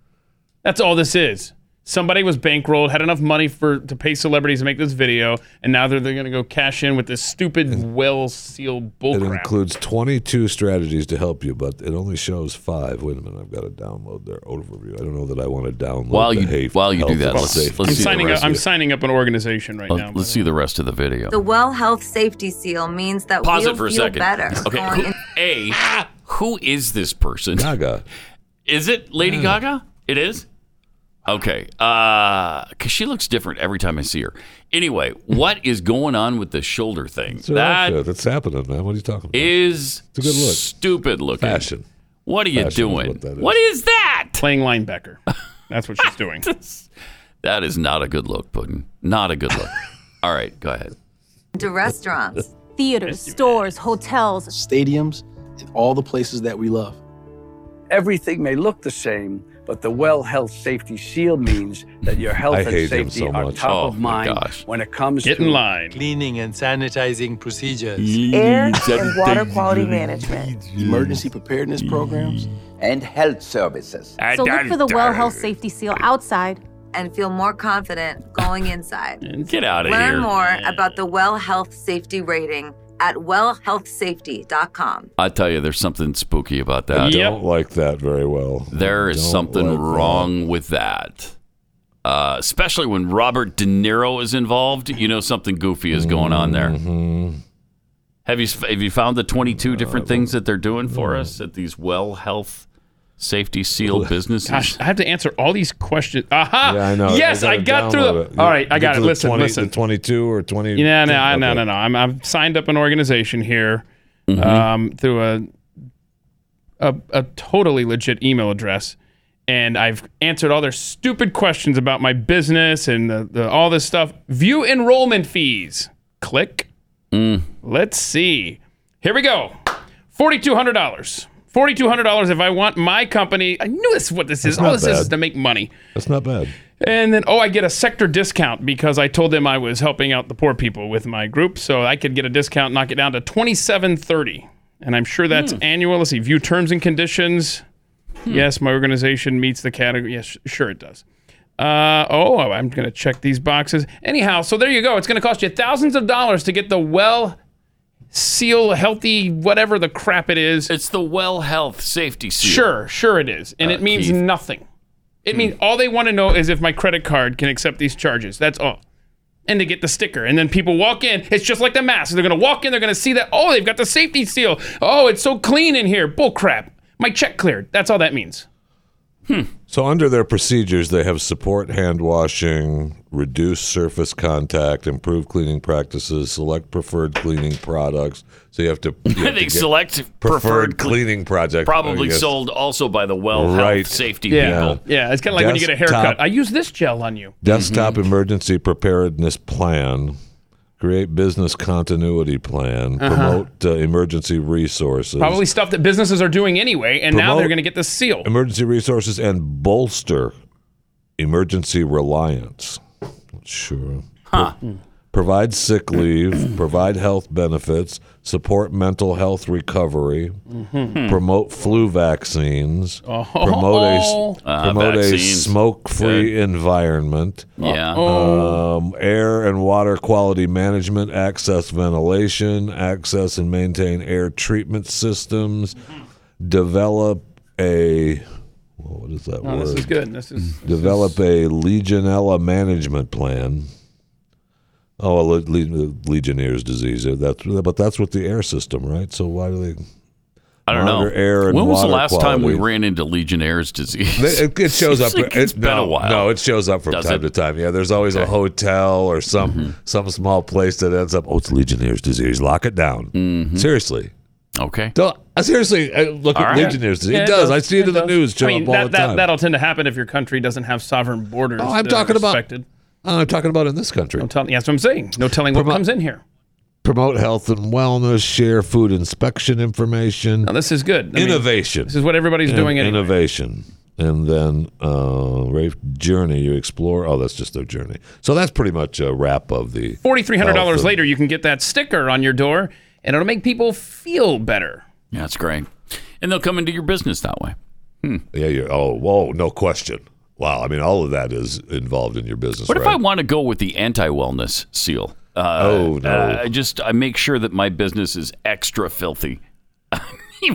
D: That's all this is. Somebody was bankrolled, had enough money for to pay celebrities to make this video, and now they're, they're going to go cash in with this stupid, well sealed
F: it
D: bullcrap.
F: includes 22 strategies to help you, but it only shows five. Wait a minute, I've got to download their overview. I don't know that I want to download.
C: While
F: the
C: you-
F: hate-
C: while you do
F: health
C: that,
F: and
C: let's-
F: safety.
C: let's
D: I'm
C: see the
D: signing, up,
C: rest
D: I'm
C: of it.
D: signing up an organization right now.
C: Let's, let's see the rest of the video.
P: The well health safety seal means that
C: Pause
P: we'll
C: it for a
P: feel
C: second.
P: better.
C: Okay.
P: going
C: Who, a.
F: Ah!
C: Who is this person?
F: Gaga.
C: Is it Lady Gaga? It is. Okay. Uh, cause she looks different every time I see her. Anyway, what is going on with the shoulder thing?
F: It's their outfit. It's happening, man. What are you talking about?
C: is
F: a good look.
C: stupid looking.
F: Fashion.
C: What are you
F: Fashion is
C: doing?
F: what that is.
C: what is that?
D: Playing linebacker. That's what she's doing.
C: That is not a good look, Puddin. Not a good look. All right, go ahead.
P: to restaurants.
N: Theaters, stores, hotels.
S: stadiums, and all the places that we love. Everything may look the same, but the Well Health Safety Shield means that your health
F: I
S: and
F: hate him
S: safety
F: so
S: are
F: much.
S: top
F: Oh,
S: of
F: my
S: mind
F: gosh.
S: when it comes
F: Get
S: to
F: in line.
S: cleaning and sanitizing procedures,
R: Air and water quality management.
S: emergency preparedness programs,
T: and health services.
N: So look for the Well Health Safety Seal outside.
P: And feel more confident going inside.
C: Get out of
P: Learn
C: here.
P: more about the Well Health Safety rating at wellhealthsafety.com.
C: I tell you, there's something spooky about that.
F: I don't like that very well.
C: There is
F: Don't
C: something
F: like
C: wrong with that. Uh, especially when Robert De Niro is involved, you know something goofy is going on there.
F: Mm-hmm.
C: Have you have you found the 22 different things that they're doing for us at these well health safety seal businesses?
D: Gosh, I have to answer all these questions. Aha!
F: Yeah, I know.
D: Yes, I,
F: gotta
D: got through
F: download
D: the. All right, I got
F: Get to
D: it.
F: the
D: Listen,
F: 20
D: listen.
F: The 22 or 20.
D: You know, no, I- no,
F: Okay. Mm-hmm.
D: no, no. I'm, I've signed up an organization here um, through a, a a totally legit email address, and I've answered all their stupid questions about my business and the, the, all this stuff. View enrollment fees. Click.
F: Mm.
D: Let's see. Here we go. Forty-two hundred dollars. Forty-two hundred dollars if I want my company. I knew this is what this is.
F: That's not
D: All this is
F: bad.
D: is to make money.
F: That's not bad.
D: And then, oh, I get a sector discount because I told them I was helping out the poor people with my group, so I could get a discount, knock it down to twenty-seven thirty. And I'm sure that's annual. Let's see, view terms and conditions. Yes, my organization meets the category. Yes, sure it does. Uh, oh, I'm going to check these boxes. Anyhow, so there you go. It's going to cost you thousands of dollars to get the well seal healthy whatever the crap it is.
C: It's the well health safety seal.
D: Sure, sure it is. And
C: Uh,
D: it means
C: Keith.
D: nothing.
F: Hmm.
D: It means all they want to know is if my credit card can accept these charges. That's all. And they get the sticker. And then people walk in. It's just like the mask. They're going to walk in. They're going to see that, oh, they've got the safety seal. Oh, it's so clean in here. Bull crap. My check cleared. That's all that means.
F: So under their procedures, they have support hand washing, reduce surface contact, improve cleaning practices, select preferred cleaning products. So you have to. You have to
C: they
F: get
C: select preferred,
F: preferred
C: cle-
F: cleaning project.
C: Probably
F: I guess.
C: sold also by the well
F: Right.
C: health safety
F: Yeah.
C: people.
D: Yeah, it's kind of like when you get a
F: Desktop.
D: haircut. I use this gel on you.
F: Desktop
D: Mm-hmm.
F: emergency preparedness plan. Create business continuity plan.
D: Uh-huh.
F: Promote uh, emergency resources.
D: Probably stuff that businesses are doing anyway. And now
F: Promote-
D: they're going to get the seal.
F: emergency resources and bolster emergency reliance. Not Sure.
D: Huh.
F: Provide sick leave, provide health benefits, support mental health recovery,
D: Mhm.
F: promote flu vaccines,
D: Oh.
F: promote a,
D: Uh,
F: promote a
D: vaccines.
F: smoke-free environment,
C: Yeah.
F: um, air and water quality management, access ventilation, access and maintain air treatment systems, develop a well, what is that
D: Oh,
F: word?
D: this is good. This is
F: Develop a Legionella management plan. Oh, a le- le- Legionnaire's disease. uh, That's but that's with the air system, right? So why do they?
C: I don't know.
F: monitor Air and
C: when was the
F: water
C: last time we
F: quality?
C: ran into Legionnaire's disease?
F: They- It, it shows
C: Seems
F: up.
C: like it's
F: it,
C: been
F: no,
C: a while.
F: No, it shows up from
C: Does
F: time
C: it?
F: to time. Yeah, there's always a hotel or
D: Mm-hmm.
F: some some small place that ends up. Oh, it's Legionnaire's disease. Lock it down. Seriously,
C: Okay.
F: Don't, I seriously, I look
D: Mm-hmm. All
F: at
D: right.
F: Legionnaires. It
D: Yeah,
F: does. I see it, in the
D: does.
F: news, Joe,
D: I mean,
F: all
D: that,
F: the time.
D: That, that'll tend to happen if your country doesn't have sovereign borders.
F: Oh, I'm
D: that are
F: talking about-
D: respected.
F: Uh, I'm talking about in this country.
D: I'm telling. Yeah, that's what I'm saying. No telling what
F: Promo-
D: comes in here.
F: Promote health and wellness, share food inspection information. Now,
D: this is good. Um, I mean,
F: innovation.
D: this is what everybody's doing anyway.
F: Innovation. And then uh, Rafe Journey, you explore. Oh, that's just their journey. So that's pretty much a wrap of the
D: Forty-three hundred
F: health
D: dollars
F: and-
D: later, you can get that sticker on your door, and it'll make people feel better.
C: Yeah, that's great. And they'll come into your business that way.
F: Yeah, you're. Oh, whoa, no question. Wow. I mean, all of that is involved in your business.
C: What if
F: right?
C: I want to go with the anti-wellness seal? Uh,
F: Oh, no.
C: uh, I just I make sure that my business is extra filthy.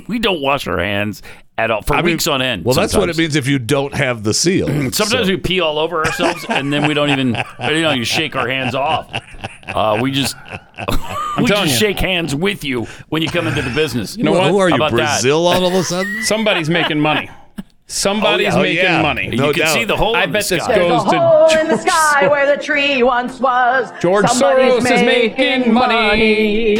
C: we don't wash our hands at all for
F: I mean,
C: weeks on end.
F: Well, that's what it
C: sometimes.
F: means if you don't have the seal.
C: Sometimes we pee all over ourselves, and then we don't even you know you shake our hands off. Uh, we just we
D: telling
C: just
D: you.
C: shake hands with you when you come into the business.
D: You know what?
C: How about that?
F: all of a sudden?
D: Somebody's making money. Somebody's
C: Oh, yeah. Oh,
D: making
C: yeah.
D: money.
C: No You can doubt. see the hole
D: I
C: in the
D: bet this
C: sky.
D: goes
C: There's a
D: to
U: in the sky where the tree once was.
D: George
U: Somebody's
D: Soros is making money.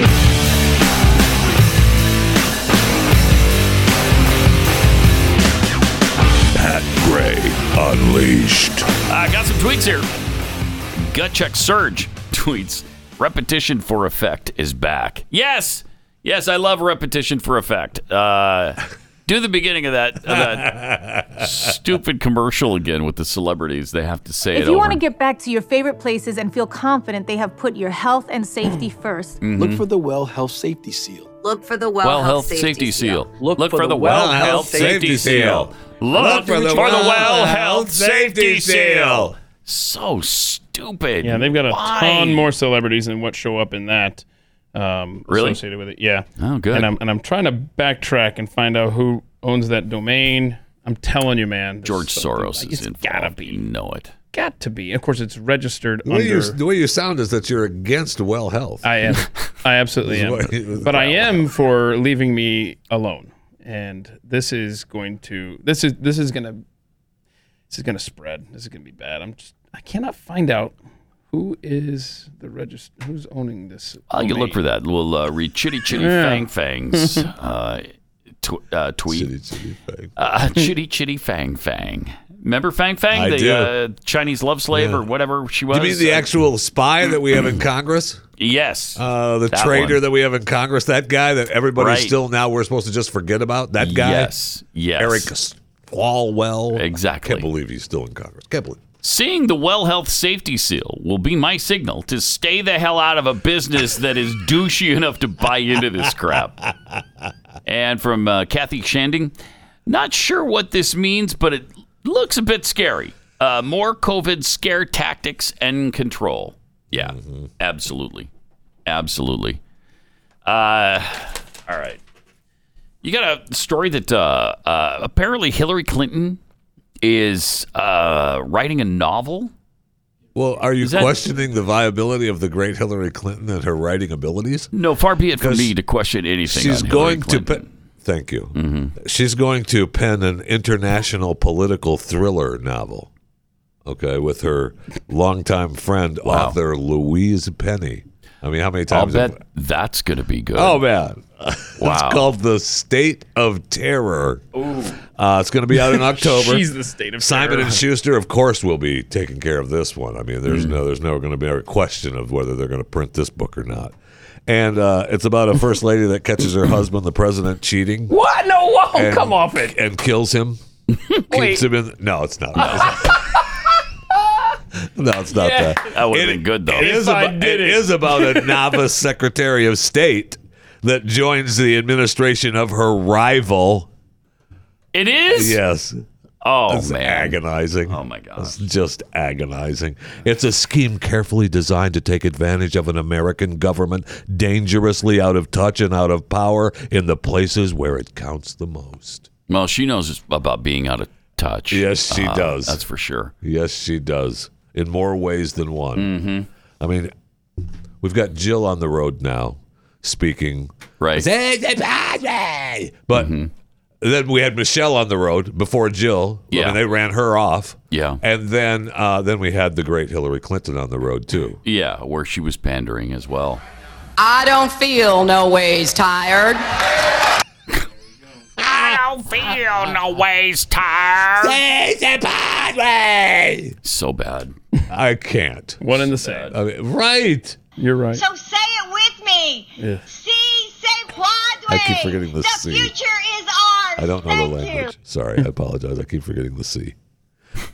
F: Pat Gray Unleashed.
C: I got some tweets here. Gut check surge tweets. Repetition for effect is back. Yes, yes, I love repetition for effect. Uh, do the beginning of that, of that stupid commercial again with the celebrities. They have to say
N: If
C: it
N: you
C: over.
N: want to get back to your favorite places and feel confident they have put your health and safety first,
C: Look Mhm. for
N: the Well Health Safety Seal.
P: Look for the
C: well, health, safety, seal. Look, for, the well health safety seal. Look, for the well health safety seal. So stupid.
D: Yeah, they've got a
C: Why?
D: ton more celebrities than what show up in that. Um,
C: Really?
D: Associated with it, yeah.
C: Oh, good.
D: And I'm and I'm trying to backtrack and find out who owns that domain. I'm telling you, man. George
C: Soros
D: is involved. Gotta be. You
C: know it.
D: Got to be. Of course, it's registered
F: The way,
D: under.
F: you, the way you sound is that you're against well health.
D: I am. I absolutely am. But I am for leaving me alone. And this is going to this is this is gonna this is gonna spread. This is gonna be bad. I'm just I cannot find out who is the register who's owning this.
C: Oh, you
D: domain.
C: look for that little uh, read chitty chitty
D: Yeah.
C: fang fangs uh, tw- uh, tweet. Chitty
F: chitty fang.
C: Uh, chitty chitty fang fang. Remember fang fang,
F: I
C: the
F: do.
C: Uh, Chinese love slave
F: Yeah.
C: or whatever she
F: You
C: was. Uh,
F: mean the actual spy that we have in Congress?
C: Yes.
F: Uh, the
C: That
F: traitor
C: one.
F: that we have in Congress, that guy that everybody's
C: Right.
F: still now we're supposed to just forget about, that guy.
C: Yes. Yes.
F: Eric Swalwell.
C: Exactly.
F: can't believe he's still in Congress. Can't believe.
C: Seeing the Well Health Safety Seal will be my signal to stay the hell out of a business that is douchey enough to buy into this crap. And from uh, Kathy Shanding, not sure what this means, but it looks a bit scary. Uh, more COVID scare tactics and control. Yeah, absolutely. Absolutely. Uh, all right. You got a story that uh, uh, apparently Hillary Clinton is uh, writing a novel.
F: Well, are you
C: Is that-
F: questioning the viability of the great Hillary Clinton and her writing abilities?
C: No, far be it from
F: 'Cause
C: me to question anything.
F: She's
C: on Hillary Mm-hmm.
F: going to pen. Thank you. She's going to pen an international political thriller novel. Okay, with her longtime friend author Louise Penny. I mean, how many
C: I'll
F: times? have-
C: bet that's going to be good.
F: Oh man!
C: Wow.
F: it's called the State of Terror. Uh, it's going to be out in October.
D: She's the state of
F: Simon
D: terror.
F: and Schuster, of course, will be taking care of this one. I mean,
D: Mm.
F: there's no, there's never going to be a question of whether they're going to print this book or not. And uh, it's about a first lady that catches her husband, the president, cheating.
D: What? No, whoa,
F: and-
D: come off it.
F: And kills him.
D: Wait.
F: Keeps him in. No, it's not. No, it's not
D: Yeah.
F: that.
C: That would have been good though.
F: It is, about, it is about a novice Secretary of State that joins the administration of her rival.
C: It is.
F: Yes.
C: Oh
F: it's
C: man.
F: agonizing.
C: Oh my god.
F: It's just agonizing. It's a scheme carefully designed to take advantage of an American government dangerously out of touch and out of power in the places where it counts the most.
C: Well, she knows about being out of touch.
F: Yes, she
C: Uh,
F: does.
C: That's for sure.
F: Yes, she does. In more ways than one.
C: Mhm.
F: I mean, we've got Jill on the road now speaking.
C: Right.
F: But
C: Mm-hmm.
F: then we had Michelle on the road before Jill. I
C: Yeah.
F: mean, they ran her off.
C: Yeah.
F: And then uh, then we had the great Hillary Clinton on the road too.
C: Yeah, where she was pandering as well.
V: I don't feel no ways tired.
E: feel no ways, tired.
C: So bad.
F: I can't.
D: One in the same.
F: I mean, right.
D: You're right.
G: So say it with me.
F: Yeah.
G: See, say quadway.
F: I keep forgetting the C.
G: Future is ours.
F: I don't know the
G: Thank you.
F: language. Sorry, I apologize. I keep forgetting the C.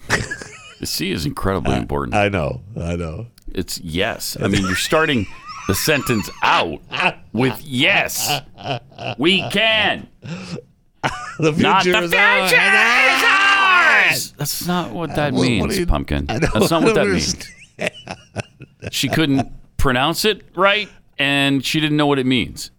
C: The C is incredibly important.
F: I know. I know.
C: It's yes. I mean, you're starting the sentence out with yes. We can.
F: The
C: Not the
E: future is ours.
C: future is ours. That's not what that
E: What- what
C: means,
E: do you-
C: pumpkin.
E: I don't
C: That's not what that
E: understand.
C: means. she couldn't pronounce it right, and she didn't know what it means.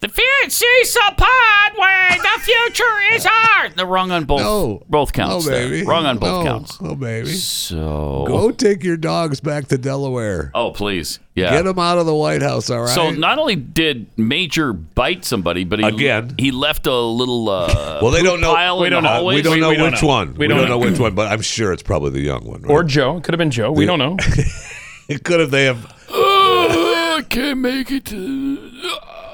C: The future is a pod where the future is ours. The wrong on both
F: No.
C: both counts.
F: No,
C: there.
F: baby.
C: Wrong on both
F: No.
C: counts.
F: No, baby.
C: So
F: Go take your dogs back to Delaware.
C: Oh please, yeah.
F: Get them out of the White House, all right?
C: So not only did Major bite somebody, but he, again he left a little. Uh,
F: well, they don't
C: poop
F: know.
C: Pile
F: we
C: in
F: don't
C: the
F: know.
C: hallways.
F: We don't know which one. We don't know which one, but I'm sure it's probably the young one.
D: Or Joe. It could have been Joe. We don't know.
F: it could have. They have.
C: Oh, I can't make it. To...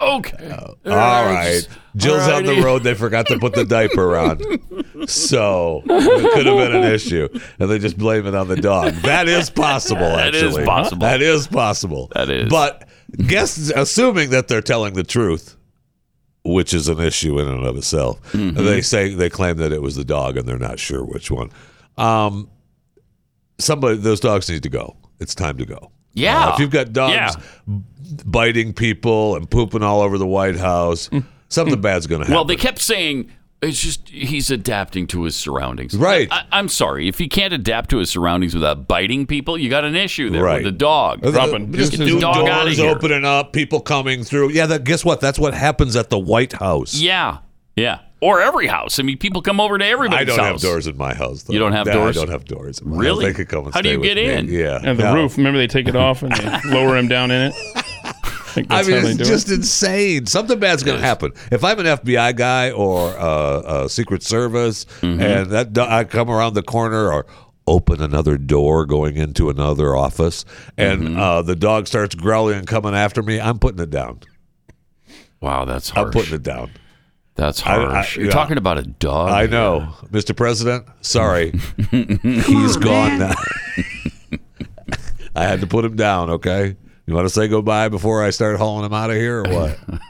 C: Okay.
F: Oh, All right. Jill's out on the road. They forgot to put the diaper on. So it could have been an issue. And they just blame it on the dog. That is possible,
C: That is
F: actually.
C: possible.
F: That is possible. That is. But guess, assuming that they're telling the truth, which is an issue in and of itself,
C: Mm-hmm.
F: they say they claim that it was the dog and they're not sure which one. Um, somebody, those dogs need to go. It's time to go. Uh,
C: Yeah.
F: if you've got dogs
C: Yeah.
F: biting people and pooping all over the White House. Something bad's going to happen.
C: Mm. Well, they kept saying it's just he's adapting to his surroundings.
F: Right.
C: I, I'm sorry if he can't adapt to his surroundings without biting people, you got an issue there
F: Right.
C: with the dog.
F: Just
C: Get the dog out of
F: doors
C: here.
F: opening up, people coming through. Yeah, that, guess what? That's what happens at the White House.
C: Yeah. Yeah. Or every house. I mean, people come over to everybody's
F: I don't
C: house.
F: have doors in my house. Though.
C: You don't have
F: Yeah,
C: doors?
F: I don't have doors. in my
C: Really?
F: house. They could come and
C: How do
F: stay
C: you
F: with
C: get in?
F: me. Yeah.
D: And the
F: No.
D: roof. Remember, they take it off and they lower him down in it. I, think
F: I
D: that's
F: mean,
D: how they
F: it's
D: do
F: just
D: it.
F: insane. Something bad's going to happen. If I'm an FBI guy or a, uh Secret Service,
D: Mm-hmm.
F: and that do- I come around the corner or open another door going into another office, and
D: Mm-hmm.
F: uh, the dog starts growling and coming after me, I'm putting it down.
C: Wow, that's
F: I'm
C: harsh.
F: putting it down.
C: That's
F: I- I-
C: harsh. You're
F: yeah.
C: talking about a
D: Oh,
C: dog.
F: I know, Mr. President. Sorry,
D: Oh,
F: he's gone now. I had to put him down. Okay, you want to say goodbye before I start hauling him out of here, or what?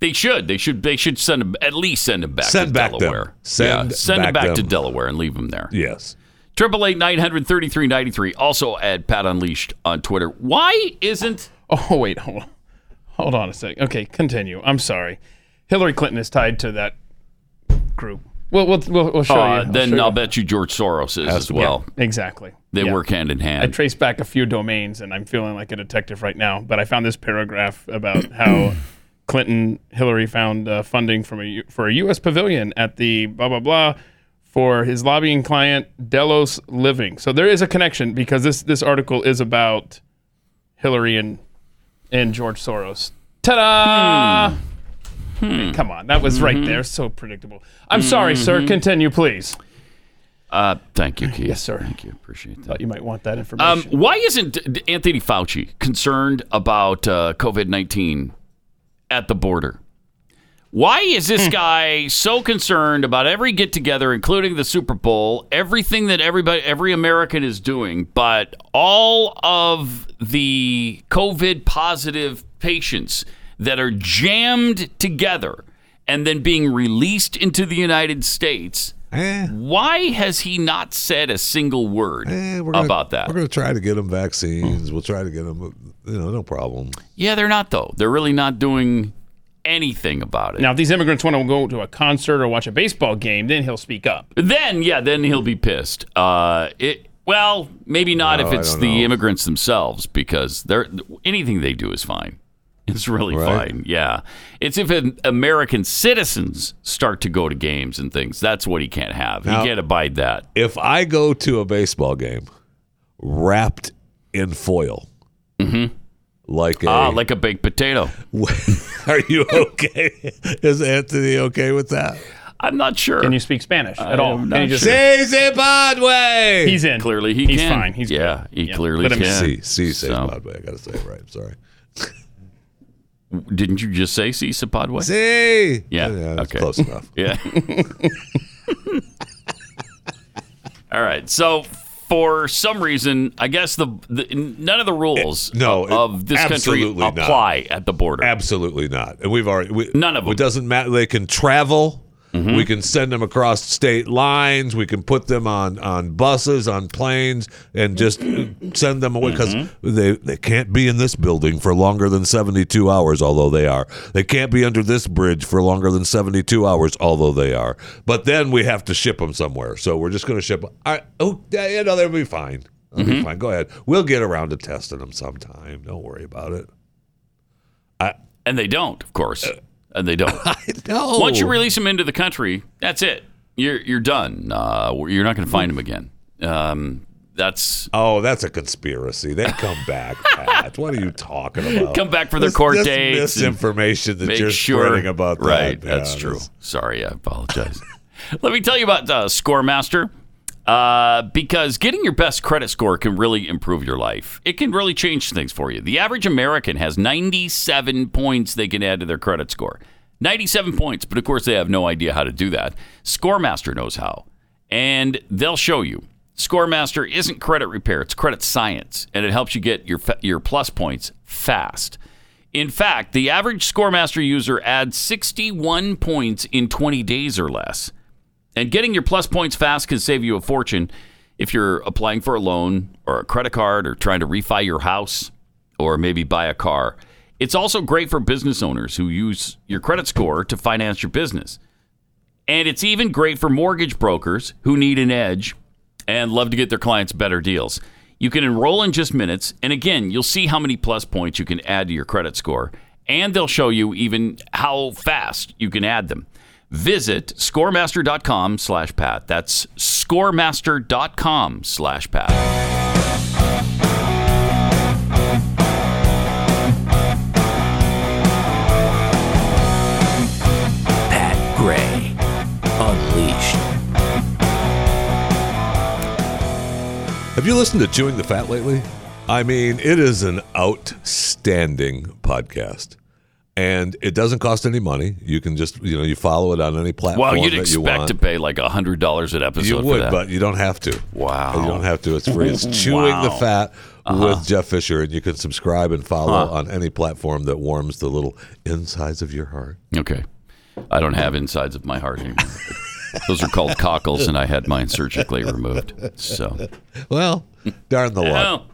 C: They should. They should. They should send him at least send him back.
F: Send
C: to
F: back them.
C: Delaware.
F: Send
C: yeah, send him
F: back
C: back to
F: them.
C: Delaware and leave him there.
F: yes.
C: Triple eight nine hundred thirty three ninety three. Also at Pat Unleashed on Twitter. Why isn't?
D: Oh wait, hold on. Hold on a sec. Okay, continue. I'm sorry. Hillary Clinton is tied to that group. We'll we'll we'll, we'll show
C: Uh,
D: you. Oh, I'll
C: then
D: show you.
C: I'll bet you George Soros is as well.
D: Exactly.
C: They
D: Yeah.
C: work hand in
D: I
C: hand.
D: traced back a few domains, and I'm feeling like a detective right now. But I found this paragraph about how Clinton Hillary found uh, funding from a U- for a U.S. pavilion at the blah blah blah for his lobbying client Delos Living. So there is a connection because this this article is about Hillary and and George Soros. Ta-da! Come on, that was right there. So predictable. I'm sorry, sir.
C: Mhm.
D: Continue, please.
C: Uh, thank you, Keith.
D: Yes, sir.
C: Thank you. Appreciate that.
D: Thought you might want that information.
C: Um, why isn't D- Anthony Fauci concerned about uh, COVID 19 at the border? Why is
F: Hmm.
C: this guy so concerned about every get together, including the Super Bowl, everything that everybody, every American is doing, but all of the COVID positive patients that are jammed together and then being released into the United States?
F: Eh.
C: Why has he not said a single word
F: gonna-
C: about that?
F: Eh, We're going to try to get them vaccines. We'll try to get them, you know, no problem.
C: Yeah, they're not though. They're really not doing anything about it.
D: Now, if these immigrants want to go to a concert or watch a baseball game, then he'll speak up.
C: Then, yeah, then he'll be pissed. Uh, it well, maybe not
D: No,
C: if
D: Oh, I
C: it's
D: don't
C: the
D: know.
C: immigrants themselves because they're anything they do is fine. It's really
F: Right.
C: fine. Yeah, it's if an American citizens start to go to games and things. That's what he can't have.
F: Now-
C: he can't abide that.
F: If I go to a baseball game wrapped in foil,
C: Mhm.
F: like a,
C: Ah, like a baked potato.
F: are you okay? Is Anthony okay with that?
C: I'm not sure.
D: Can you speak Spanish at
F: I
D: all?
F: am
D: Can
F: not
D: you just
F: sure. Say Zimbabwe!
D: He's in.
C: Clearly, he
D: He's
C: can.
D: fine. He's
C: yeah, he clearly
F: Let him
C: can.
F: see. See, say Broadway. I got to say it right. I'm sorry.
C: Didn't you just say CISA Podway?
F: See?
C: Yeah. okay. Close enough. yeah. All right. So for some reason, I guess the, the none of the rules
F: Eh, no,
C: of, of this country
F: absolutely not.
C: apply at the border.
F: Absolutely not. And we've already we,
C: none of them. Mm-hmm.
F: It doesn't matter. They can travel. We can send them across state lines. We can put them on on buses, on planes, and just send them away because
A: Mhm.
C: Mm-hmm.
F: they they can't be in this building for longer than seventy two hours. Although they are, they can't be under this bridge for longer than seventy two hours. Although they are, but then we have to ship them somewhere. So we're just going to ship. I oh yeah, yeah, no, they'll be fine. They'll be
C: Mm-hmm.
A: Mhm.
F: fine. Go ahead. We'll get around to testing them sometime. Don't worry about it.
C: and they don't, of course.
F: Uh,
C: and they don't.
F: know.
C: Once you release them into the country, that's it. You're you're done. Uh, you're not going to
F: Hmm.
C: find them again. Um, that's
F: oh, that's a conspiracy. They come back. Pat. What are you talking about?
C: Come back for their
F: This-
C: court
F: this
C: dates and
F: Misinformation that
C: make
F: you're
C: sure-
F: spreading about that.
C: Right,
F: Yeah,
C: that's true.
F: this-
C: Sorry, I apologize. Let me tell you about uh, Scoremaster uh, because getting your best credit score can really improve your life. It can really change things for you. The average American has 97 points they can add to their credit score. 97 points, but of course they have no idea how to do that. Scoremaster knows how, and they'll show you. Scoremaster isn't credit repair, it's credit science, and it helps you get your fa- your plus points fast. In fact, the average Scoremaster user adds 61 points in 20 days or less. And getting your plus points fast can save you a fortune if you're applying for a loan or a credit card or trying to refi your house or maybe buy a car. It's also great for business owners who use your credit score to finance your business. And it's even great for mortgage brokers who need an edge and love to get their clients better deals. You can enroll in just minutes. And again, you'll see how many plus points you can add to your credit score. And they'll show you even how fast you can add them. Visit scoremaster.com slash Pat. That's scoremaster.com slash Pat.
V: Pat Gray Unleashed.
F: Have you listened to Chewing the Fat lately? I mean, it is an outstanding podcast. And it doesn't cost any money. You can just, you know, you follow it on any platform
C: Well, you'd
F: that you
C: expect
F: want.
C: to pay like $100 an episode
F: You
C: for
F: would,
C: that.
F: but you don't have to.
C: Wow.
F: You don't have to. It's free. It's Chewing the
C: Wow.
F: Fat
C: Uh-huh.
F: with Jeff Fisher, and you can subscribe and follow
C: Huh.
F: on any platform that warms the little insides of your heart.
C: Okay. I don't have insides of my heart anymore. Those are called cockles, and I had mine surgically removed. So,
F: Well, darn the luck.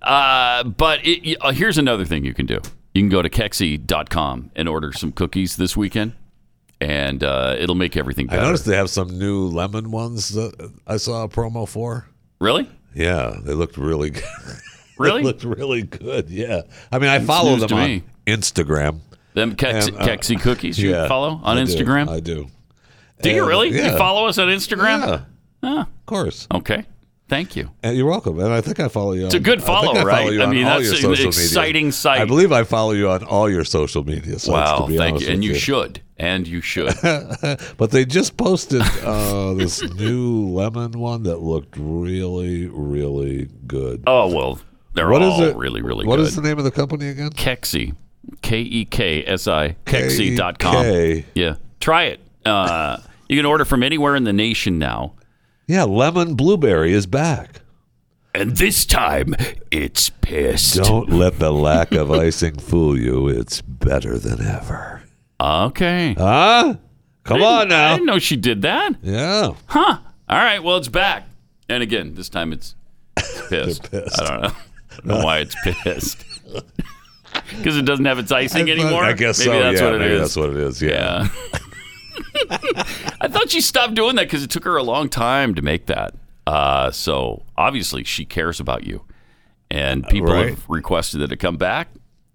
C: uh, but it, y- uh, here's another thing you can do. You can go to Kexi.com and order some cookies this weekend, and uh, it'll make everything
F: I
C: better.
F: noticed they have some new lemon ones that I saw a promo for.
C: Really?
F: Yeah, they looked really good.
C: Really?
F: they looked really good. Yeah. I mean, I
C: It's
F: follow
C: news
F: them
C: to
F: on
C: me.
F: Instagram.
C: Them Kex-
F: And, uh,
C: Kexi cookies you
F: yeah,
C: follow on
F: I do.
C: Instagram?
F: I do.
C: Do you
F: And,
C: really?
F: yeah.
C: You follow us on Instagram?
F: Yeah.
C: Huh.
F: Of course.
C: Okay. Thank you.
F: And Uh, you're welcome. And I think I follow you.
C: It's a
F: on-
C: good
F: I think
C: follow,
F: I follow
C: right?
F: you
C: I
F: on
C: mean,
F: all
C: that's
F: your
C: an
F: social media.
C: exciting site.
F: I believe I follow you on all your social media sites.
C: wow.
F: to be
C: Thank
F: honest
C: you. And
F: with
C: you should. And you should.
F: but they just posted uh, this new lemon one that looked really, really good.
C: Oh, well, they're
F: What is
C: all
F: it-
C: Oh, really, really
F: What
C: good.
F: is the name of the company again?
C: Kexi. K E K S I. Kexi.com.
F: E K.
C: Yeah. Try it. Uh, you can order from anywhere in the nation now.
F: Yeah, lemon blueberry is back.
C: And this time, it's pissed.
F: Don't let the lack of icing fool you. It's better than ever.
C: Okay.
F: Uh, Huh? Come
C: I
F: on
C: didn't- I
F: now.
C: didn't know she did that.
F: Yeah.
C: Huh. All right. Well, it's back. And again, this time it's it's pissed. I don't know. I don't know why it's pissed. Because it doesn't have its icing
F: I thought-
C: anymore.
F: I guess
C: maybe
F: so.
C: That's
F: yeah,
C: what it is.
F: maybe That's what it is. Yeah.
C: I thought she stopped doing that because it took her a long time to make that. Uh, so obviously she cares about you, and people
F: Right.
C: have requested that it come back.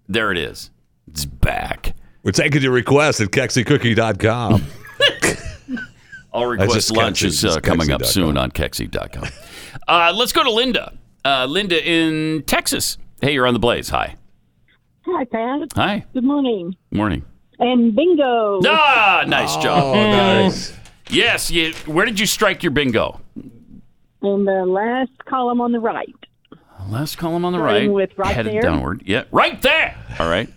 C: There it is. It's back.
F: We're taking your request at kexicookie.com.
C: All
F: That's
C: request
F: just
C: lunch
F: Kexi,
C: is uh,
F: just
C: coming up
F: Kexi.com.
C: soon on Kexi.com. uh, let's go to Linda. Uh, Linda in Texas. Hey, you're on the blaze. Hi.
W: Hi, Pat.
C: Hi.
W: Good morning.
C: Morning.
W: And bingo.
C: Ah, nice job.
W: Oh,
F: nice.
C: Yes. You, where did you strike your bingo?
W: In the last column on the right.
C: Last column on the
W: Starting
C: right,
W: with right
C: headed
W: there.
C: downward. Yeah, right there. All right.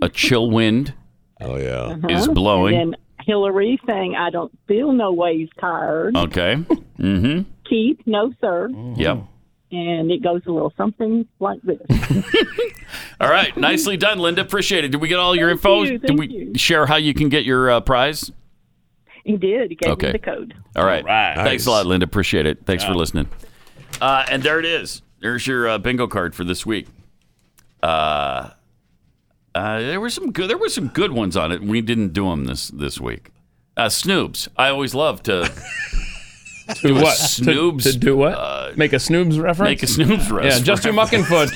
C: A chill wind.
F: Oh yeah,
C: is
W: Uh-huh.
C: blowing.
W: And then Hillary saying, I don't feel no ways tired.
C: okay. Mm-hmm.
W: Keith, no, sir.
C: Yep.
W: And it goes a little something like this.
C: All right. Nicely done, Linda. Appreciate it. Did we get all your info?
W: you,
C: Did
W: thank
C: we
W: you.
C: share how you can get your uh, prize?
W: He did. He gave me
C: Okay.
W: the code.
C: All right. Thanks a lot, Linda. Appreciate it. Thanks for
W: Yeah.
C: listening. Uh, and there it is. There's your uh, bingo card for this week. Uh, uh, there were some good. There were some good ones on it. We didn't do them this this week. Uh, Snoobs. I always love to
D: Do
C: a
D: what? To-
C: Snoobs.
D: To, do what? make a Snoobs reference?
C: make a Snoobs
D: Yeah, Justin Muckenfoot.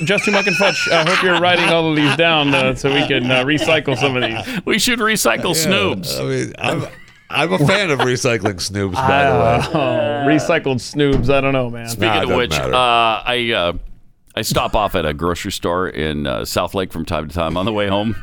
D: uh, Justin Muckenfoot, I hope you're writing all of these down uh, so we can uh, recycle some of these.
C: We should recycle
F: Snoobs.
C: Uh,
F: I mean, I'm, I'm a fan of recycling Snoobs. By the way,
D: Oh, recycled Snoobs. I don't know, man.
C: Speaking of which, uh, I uh, I stop off at a grocery store in uh, South Lake from time to time on the way home.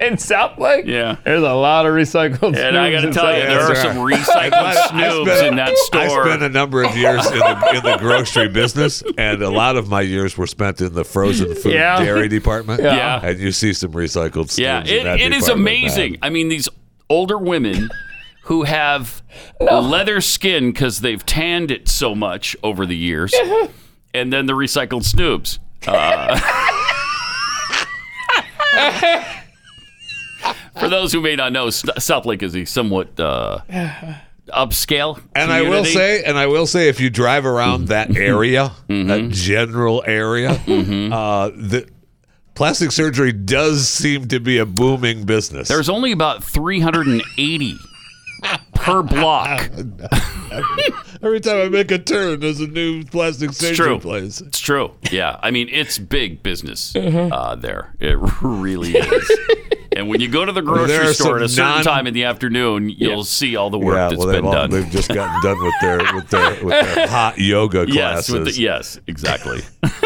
D: in South Lake,
C: Yeah.
D: there's a lot of recycled.
C: And I
D: Snoobs
C: got to
D: in
C: tell you,
D: South
C: there
D: Lake.
C: are some recycled Snoobs in that
F: I
C: store.
F: spent a number of years in the, in the grocery business, and a lot of my years were spent in the frozen food
C: Yeah.
F: dairy department.
C: Yeah. Yeah.
F: and you see some recycled. Snoobs
C: Yeah,
F: in that
C: it, it is
F: department, man.
C: amazing. I mean, these older women who have leather skin because they've tanned it so much over the years, and then the recycled snoobs. Uh, for those who may not know, S- South Lake is a somewhat uh, upscale.
F: And I will
C: community. Mm-hmm.
F: say, and I will say, if you drive around that area, that general area, uh, the plastic surgery does seem to be a booming business.
C: there's only about 380 per block.
F: Every time I make a turn, there's a new plastic surgery
C: It's true.
F: place.
C: It's true. Yeah. I mean, it's big business
F: Mhm.
C: uh, there. It really is. and when you go to the grocery
F: There are
C: store at a
F: some
C: certain
F: non-
C: time in the afternoon, you'll see all the work
F: yeah,
C: that's
F: well, they've,
C: been
F: all-
C: done.
F: they've just gotten done with their with their, with their hot yoga
C: Yes,
F: classes.
C: with the- yes, exactly.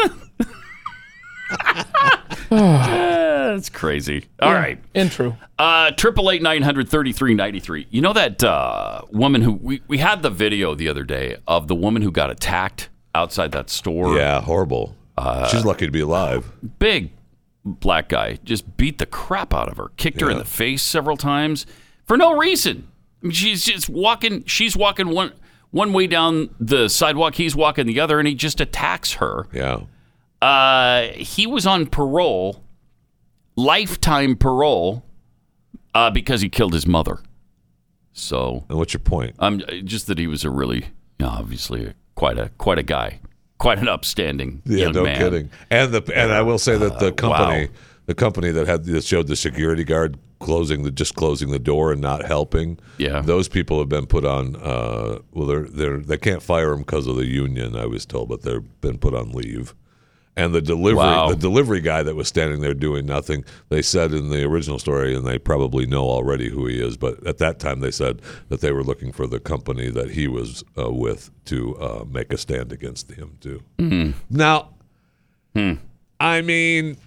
C: Ah, That's crazy. All right.
D: Intro.
C: Uh, triple eight nine hundred thirty three ninety three. You know that uh, woman who we, we had the video the other day of the woman who got attacked outside that store.
F: Yeah, horrible.
C: Uh,
F: She's lucky to be alive.
C: Big black guy just beat the crap out of her, kicked her in the face several times for no reason. I mean, she's just walking. She's walking one one way down the sidewalk. He's walking the other, and he just attacks her.
F: Yeah.
C: Uh, he was on parole, lifetime parole, uh, because he killed his mother. So,
F: and what's your point?
C: Um, just that he was a really, you know, obviously, quite a quite a guy, quite an upstanding
F: Yeah,
C: young
F: no
C: man. Uh,
F: kidding. And the and I will say that the company,
C: wow.
F: the company that had that showed the security guard closing the just closing the door and not helping. Yeah, those people have been put on. Uh, well, they're they're they can't fire them because of the union. I was told, but they've been put on leave. And the delivery,
C: Wow.
F: the delivery guy that was standing there doing nothing, they said in the original story, and they probably know already who he is, but at that time they said that they were looking for the company that he was uh, with to uh, make a stand against him too.
A: Mhm.
F: Now, I mean,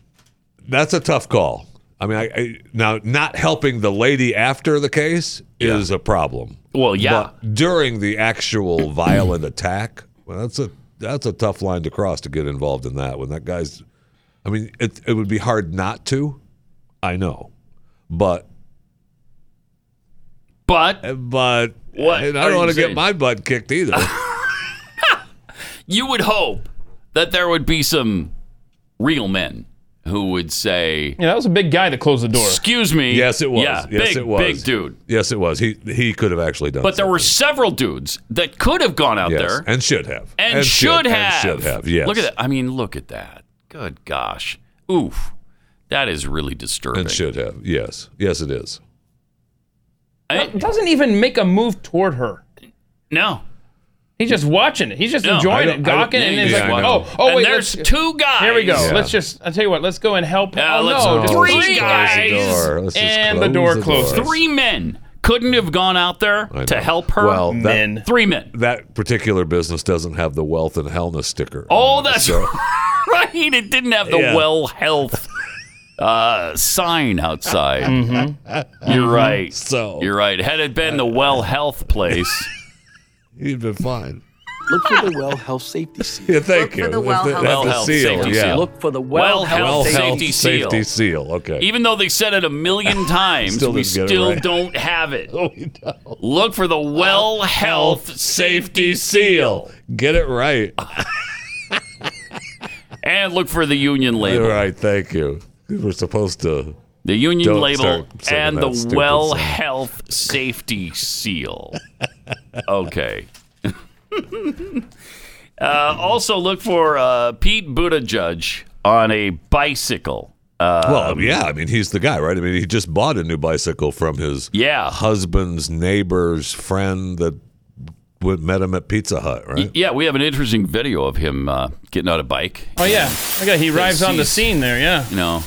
F: that's a tough call. I mean, I, I, now not helping the lady after the case is a problem.
C: Well, yeah.
F: But during the actual violent attack, well, that's a that's a tough line to cross to get involved in that. When that guy's, I mean, it it would be hard not to. I know, but
C: but
F: but
C: What
F: and
C: are
F: I don't
C: you
F: want to get
C: saying?
F: my butt kicked either.
C: you would hope that there would be some real men who would say,
D: Yeah, that was a big guy that closed the door.
C: "Excuse me."
F: Yes, it was.
C: Yeah,
F: yes,
C: big,
F: it was.
C: Big dude.
F: Yes, it was. He he could have actually done.
C: But there were several dudes that could have gone out
F: Yes,
C: there
F: and should have.
C: and,
F: And
C: should
F: should- and
C: have.
F: should have, yes.
C: Look at that. I mean, look at that. Good gosh. Oof. That is really disturbing.
F: and should have. Yes, yes, it is.
D: It doesn't even make a move toward her.
C: No.
D: He's just watching it. He's just
C: No. I
D: enjoying
C: don't-
D: it,
C: I don't-
D: gawking, and
C: Yeah,
D: then he's
C: yeah,
D: like,
C: I know.
D: "Oh, oh,
C: And
D: wait,
C: there's
D: let's-
C: two guys.
D: Here we go.
C: Yeah.
D: Let's just. I tell you what. Let's go and help.
C: Yeah,
D: oh
C: let's-
D: no, just
C: three
D: three
C: guys.
D: guys.
F: Let's just
D: and the
F: close
D: door
F: the
D: closes.
F: door.
C: Three men couldn't have gone out there to help her.
F: Well, that-
C: Three men.
F: That particular business doesn't have the wealth and hellness sticker.
C: Oh, that's
F: So-
C: right. It didn't have the
F: Yeah.
C: well health uh, sign outside.
F: Mhm.
C: You're
F: Mhm.
C: right.
F: So-
C: you're right. Had it been the well health place,
F: you'd been fine.
S: Look for the Well Health Safety Seal.
F: Yeah, thank you.
S: the
F: If
S: Well
F: they
S: Health
F: have the
S: Safety
F: seal,
S: Seal.
F: yeah.
S: Look for the Well
C: Well Health Health Safety Seal.
F: Safety seal. Okay.
C: Even though they said it a million times,
F: Still
C: we
F: didn't get it
C: still
F: right.
C: don't have it. Look for the Well Health Safety Seal.
F: Get it right.
C: and look for the union label.
F: All right, thank you. We We're supposed to.
C: The union
F: Don't
C: label
F: start singing
C: and
F: that
C: the
F: stupid
C: Well
F: song.
C: Health Safety Seal. Okay. Uh, also, look for uh, Pete Buttigieg on a bicycle. Uh,
F: well, yeah, I mean, he's the guy, right? I mean, he just bought a new bicycle from his
C: yeah.
F: husband's neighbor's friend that w- met him at Pizza Hut, right?
C: y- yeah, we have an interesting video of him uh, getting on a bike.
D: Oh yeah, I got he
C: They
D: arrives on the
C: seized-
D: scene there. Yeah.
C: You know,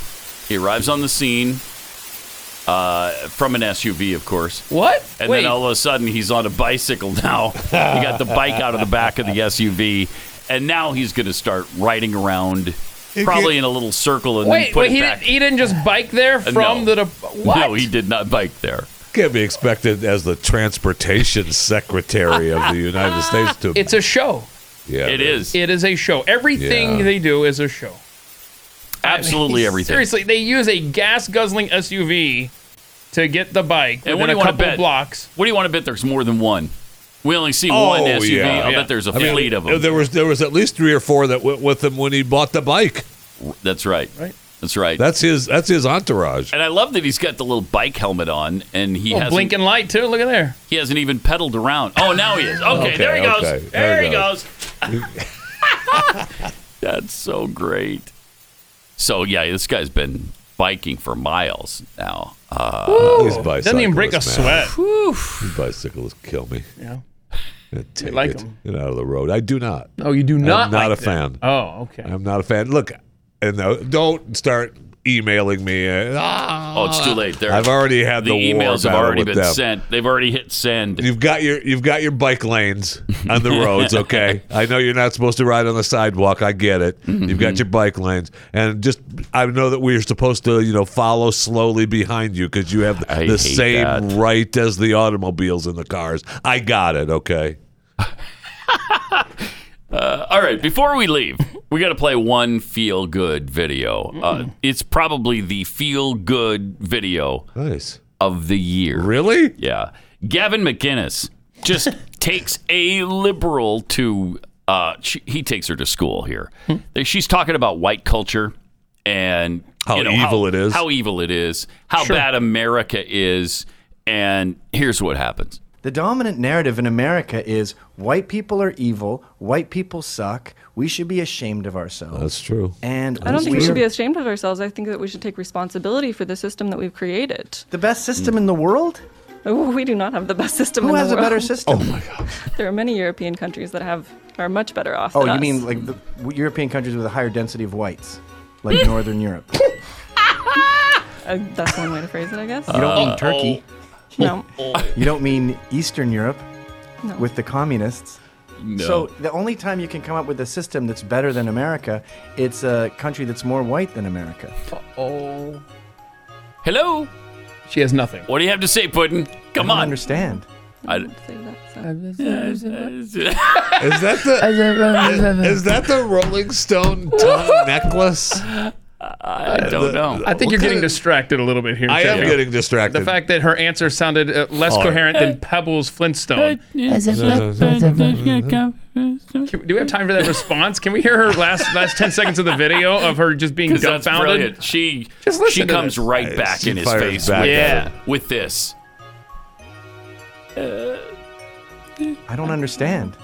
C: he arrives on the scene uh, from an SUV, of course.
D: What?
C: And
D: Wait.
C: then all of a sudden, he's on a bicycle now. he got the bike out of the back of the SUV, and now he's going to start riding around, probably in a little circle, and then
D: Wait,
C: put
D: wait,
C: it
D: he
C: back.
D: didn't, he didn't just bike there
C: Uh,
D: from
C: no.
D: the. dep- What?
C: No, he did not bike there.
F: Can't be expected as the transportation secretary of the United States to.
D: It's a show.
F: yeah,
C: it is.
D: It is a show. Everything
F: Yeah.
D: they do is a show.
C: Absolutely everything.
D: Seriously, they use a gas guzzling SUV to get the bike
C: And what
D: within
C: do you
D: a
C: want to
D: couple
C: bet?
D: blocks.
C: What do you want to bet? There's more than one. We only see
D: Oh,
C: one SUV. I'll bet there's a
F: I mean,
C: fleet of them.
F: There was there was at least three or four that went with him when he bought the bike.
C: That's right.
D: Right.
C: That's right.
F: That's his that's his entourage.
C: And I love that he's got the little bike helmet on, and he
D: Oh,
C: has
D: blinking light too. Look at there.
C: He hasn't even pedaled around. Oh, now he is. Okay,
D: Okay,
C: there he goes.
D: okay,
C: There, he
D: there he
C: goes. That's so great. So yeah, this guy's been biking for miles now. Uh,
F: These
D: Oh. Doesn't even break a
F: bicyclists,
D: sweat.
F: man.
D: Whew.
F: These bicyclists kill me.
D: Yeah.
F: I Take
D: like
F: it.
D: 'em.
F: Get out of the road. I do not.
D: No, you do not
F: I'm not
D: like
F: a
D: them.
F: fan.
D: Oh, okay.
F: I'm not a fan. Look, and uh, don't start emailing me. uh, ah,
C: oh, it's too late. There,
F: I've already had the, war
C: emails have
F: battle
C: already
F: with
C: been
F: them.
C: sent. They've already hit send.
F: You've got your you've got your bike lanes on the roads, okay? I know you're not supposed to ride on the sidewalk. I get it. You've
C: Mm-hmm.
F: got your bike lanes, and just I know that we're supposed to you know follow slowly behind you because you have
C: I
F: the
C: hate
F: same
C: that.
F: right as the automobiles and the cars. I got it, okay?
C: Uh, all right, before we leave, we got to play one feel good video. Uh, it's probably the feel good video of the year.
F: Really?
C: Yeah. Gavin McGinnis just takes a liberal to, uh, she, he takes her to school here.
D: Hmm.
C: She's talking about white culture and
F: How
C: you know,
F: evil it is.
C: How evil it is, how
A: Sure.
C: bad America is. And here's what happens.
A: The dominant narrative in America is white people are evil, white people suck, we should be ashamed of ourselves.
F: That's true.
A: And
H: I don't think we
A: we're
H: should be ashamed of ourselves. I think that we should take responsibility for the system that we've created.
A: the best system in the world?
H: Oh, We do not have the best system.
A: Who
H: in the
A: has a better
H: world.
A: system? Oh,
H: There are many European countries that have are much better off.
A: oh
H: than
A: you
H: us.
A: mean like the w- European countries with a higher density of whites, like Northern Europe.
H: Uh, that's one way to phrase it, I guess.
A: You don't
C: Uh,
A: mean Turkey.
C: oh.
H: No.
A: You don't mean Eastern Europe
H: No.
A: with the communists.
H: No.
A: So the only time you can come up with a system that's better than America, it's a country that's more white than America.
D: Oh.
C: Hello?
D: She has nothing.
C: What do you have to say, Puddin? Come on.
A: understand.
C: I,
F: Is that the is that the Rolling Stone tongue necklace?
C: I don't know.
D: I think you're getting distracted a little bit here.
F: I am
D: Jeff.
F: getting distracted.
D: The fact that her answer sounded uh, less
F: Oh.
D: coherent than Pebbles Flintstone. Can- do we have time for that response? Can we hear her last last ten seconds of the video of her just being
C: 'Cause that's
D: dumbfounded?
C: brilliant. She
D: Just listen
C: she
D: to
C: comes
D: this.
C: right back
D: She
C: in his
D: fires
C: face.
D: back
C: with,
D: at
C: yeah, with this.
A: I don't understand.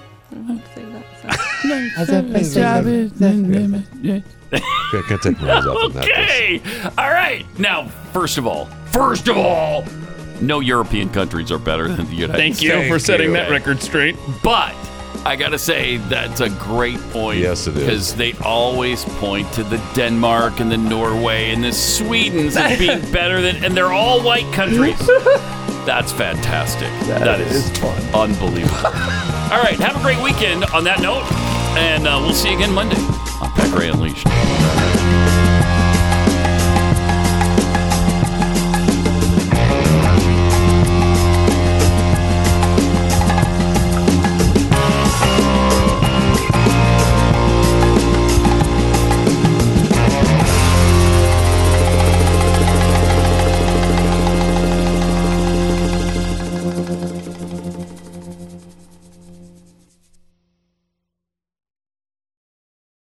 F: I can't take my eyes off of that.
C: Okay. All right. Now, first of all, first of all, no European countries are better than the United
D: Thank you
C: States.
D: for setting that record straight.
C: But I gotta say that's a great point. Yes, it is. Because they always point to the Denmark and the Norway and the Sweden's as being better than, and they're all white countries. That's fantastic. that is, unbelievable. all right, have a great weekend. On that note, and uh, we'll see you again Monday on Pat Gray Unleashed.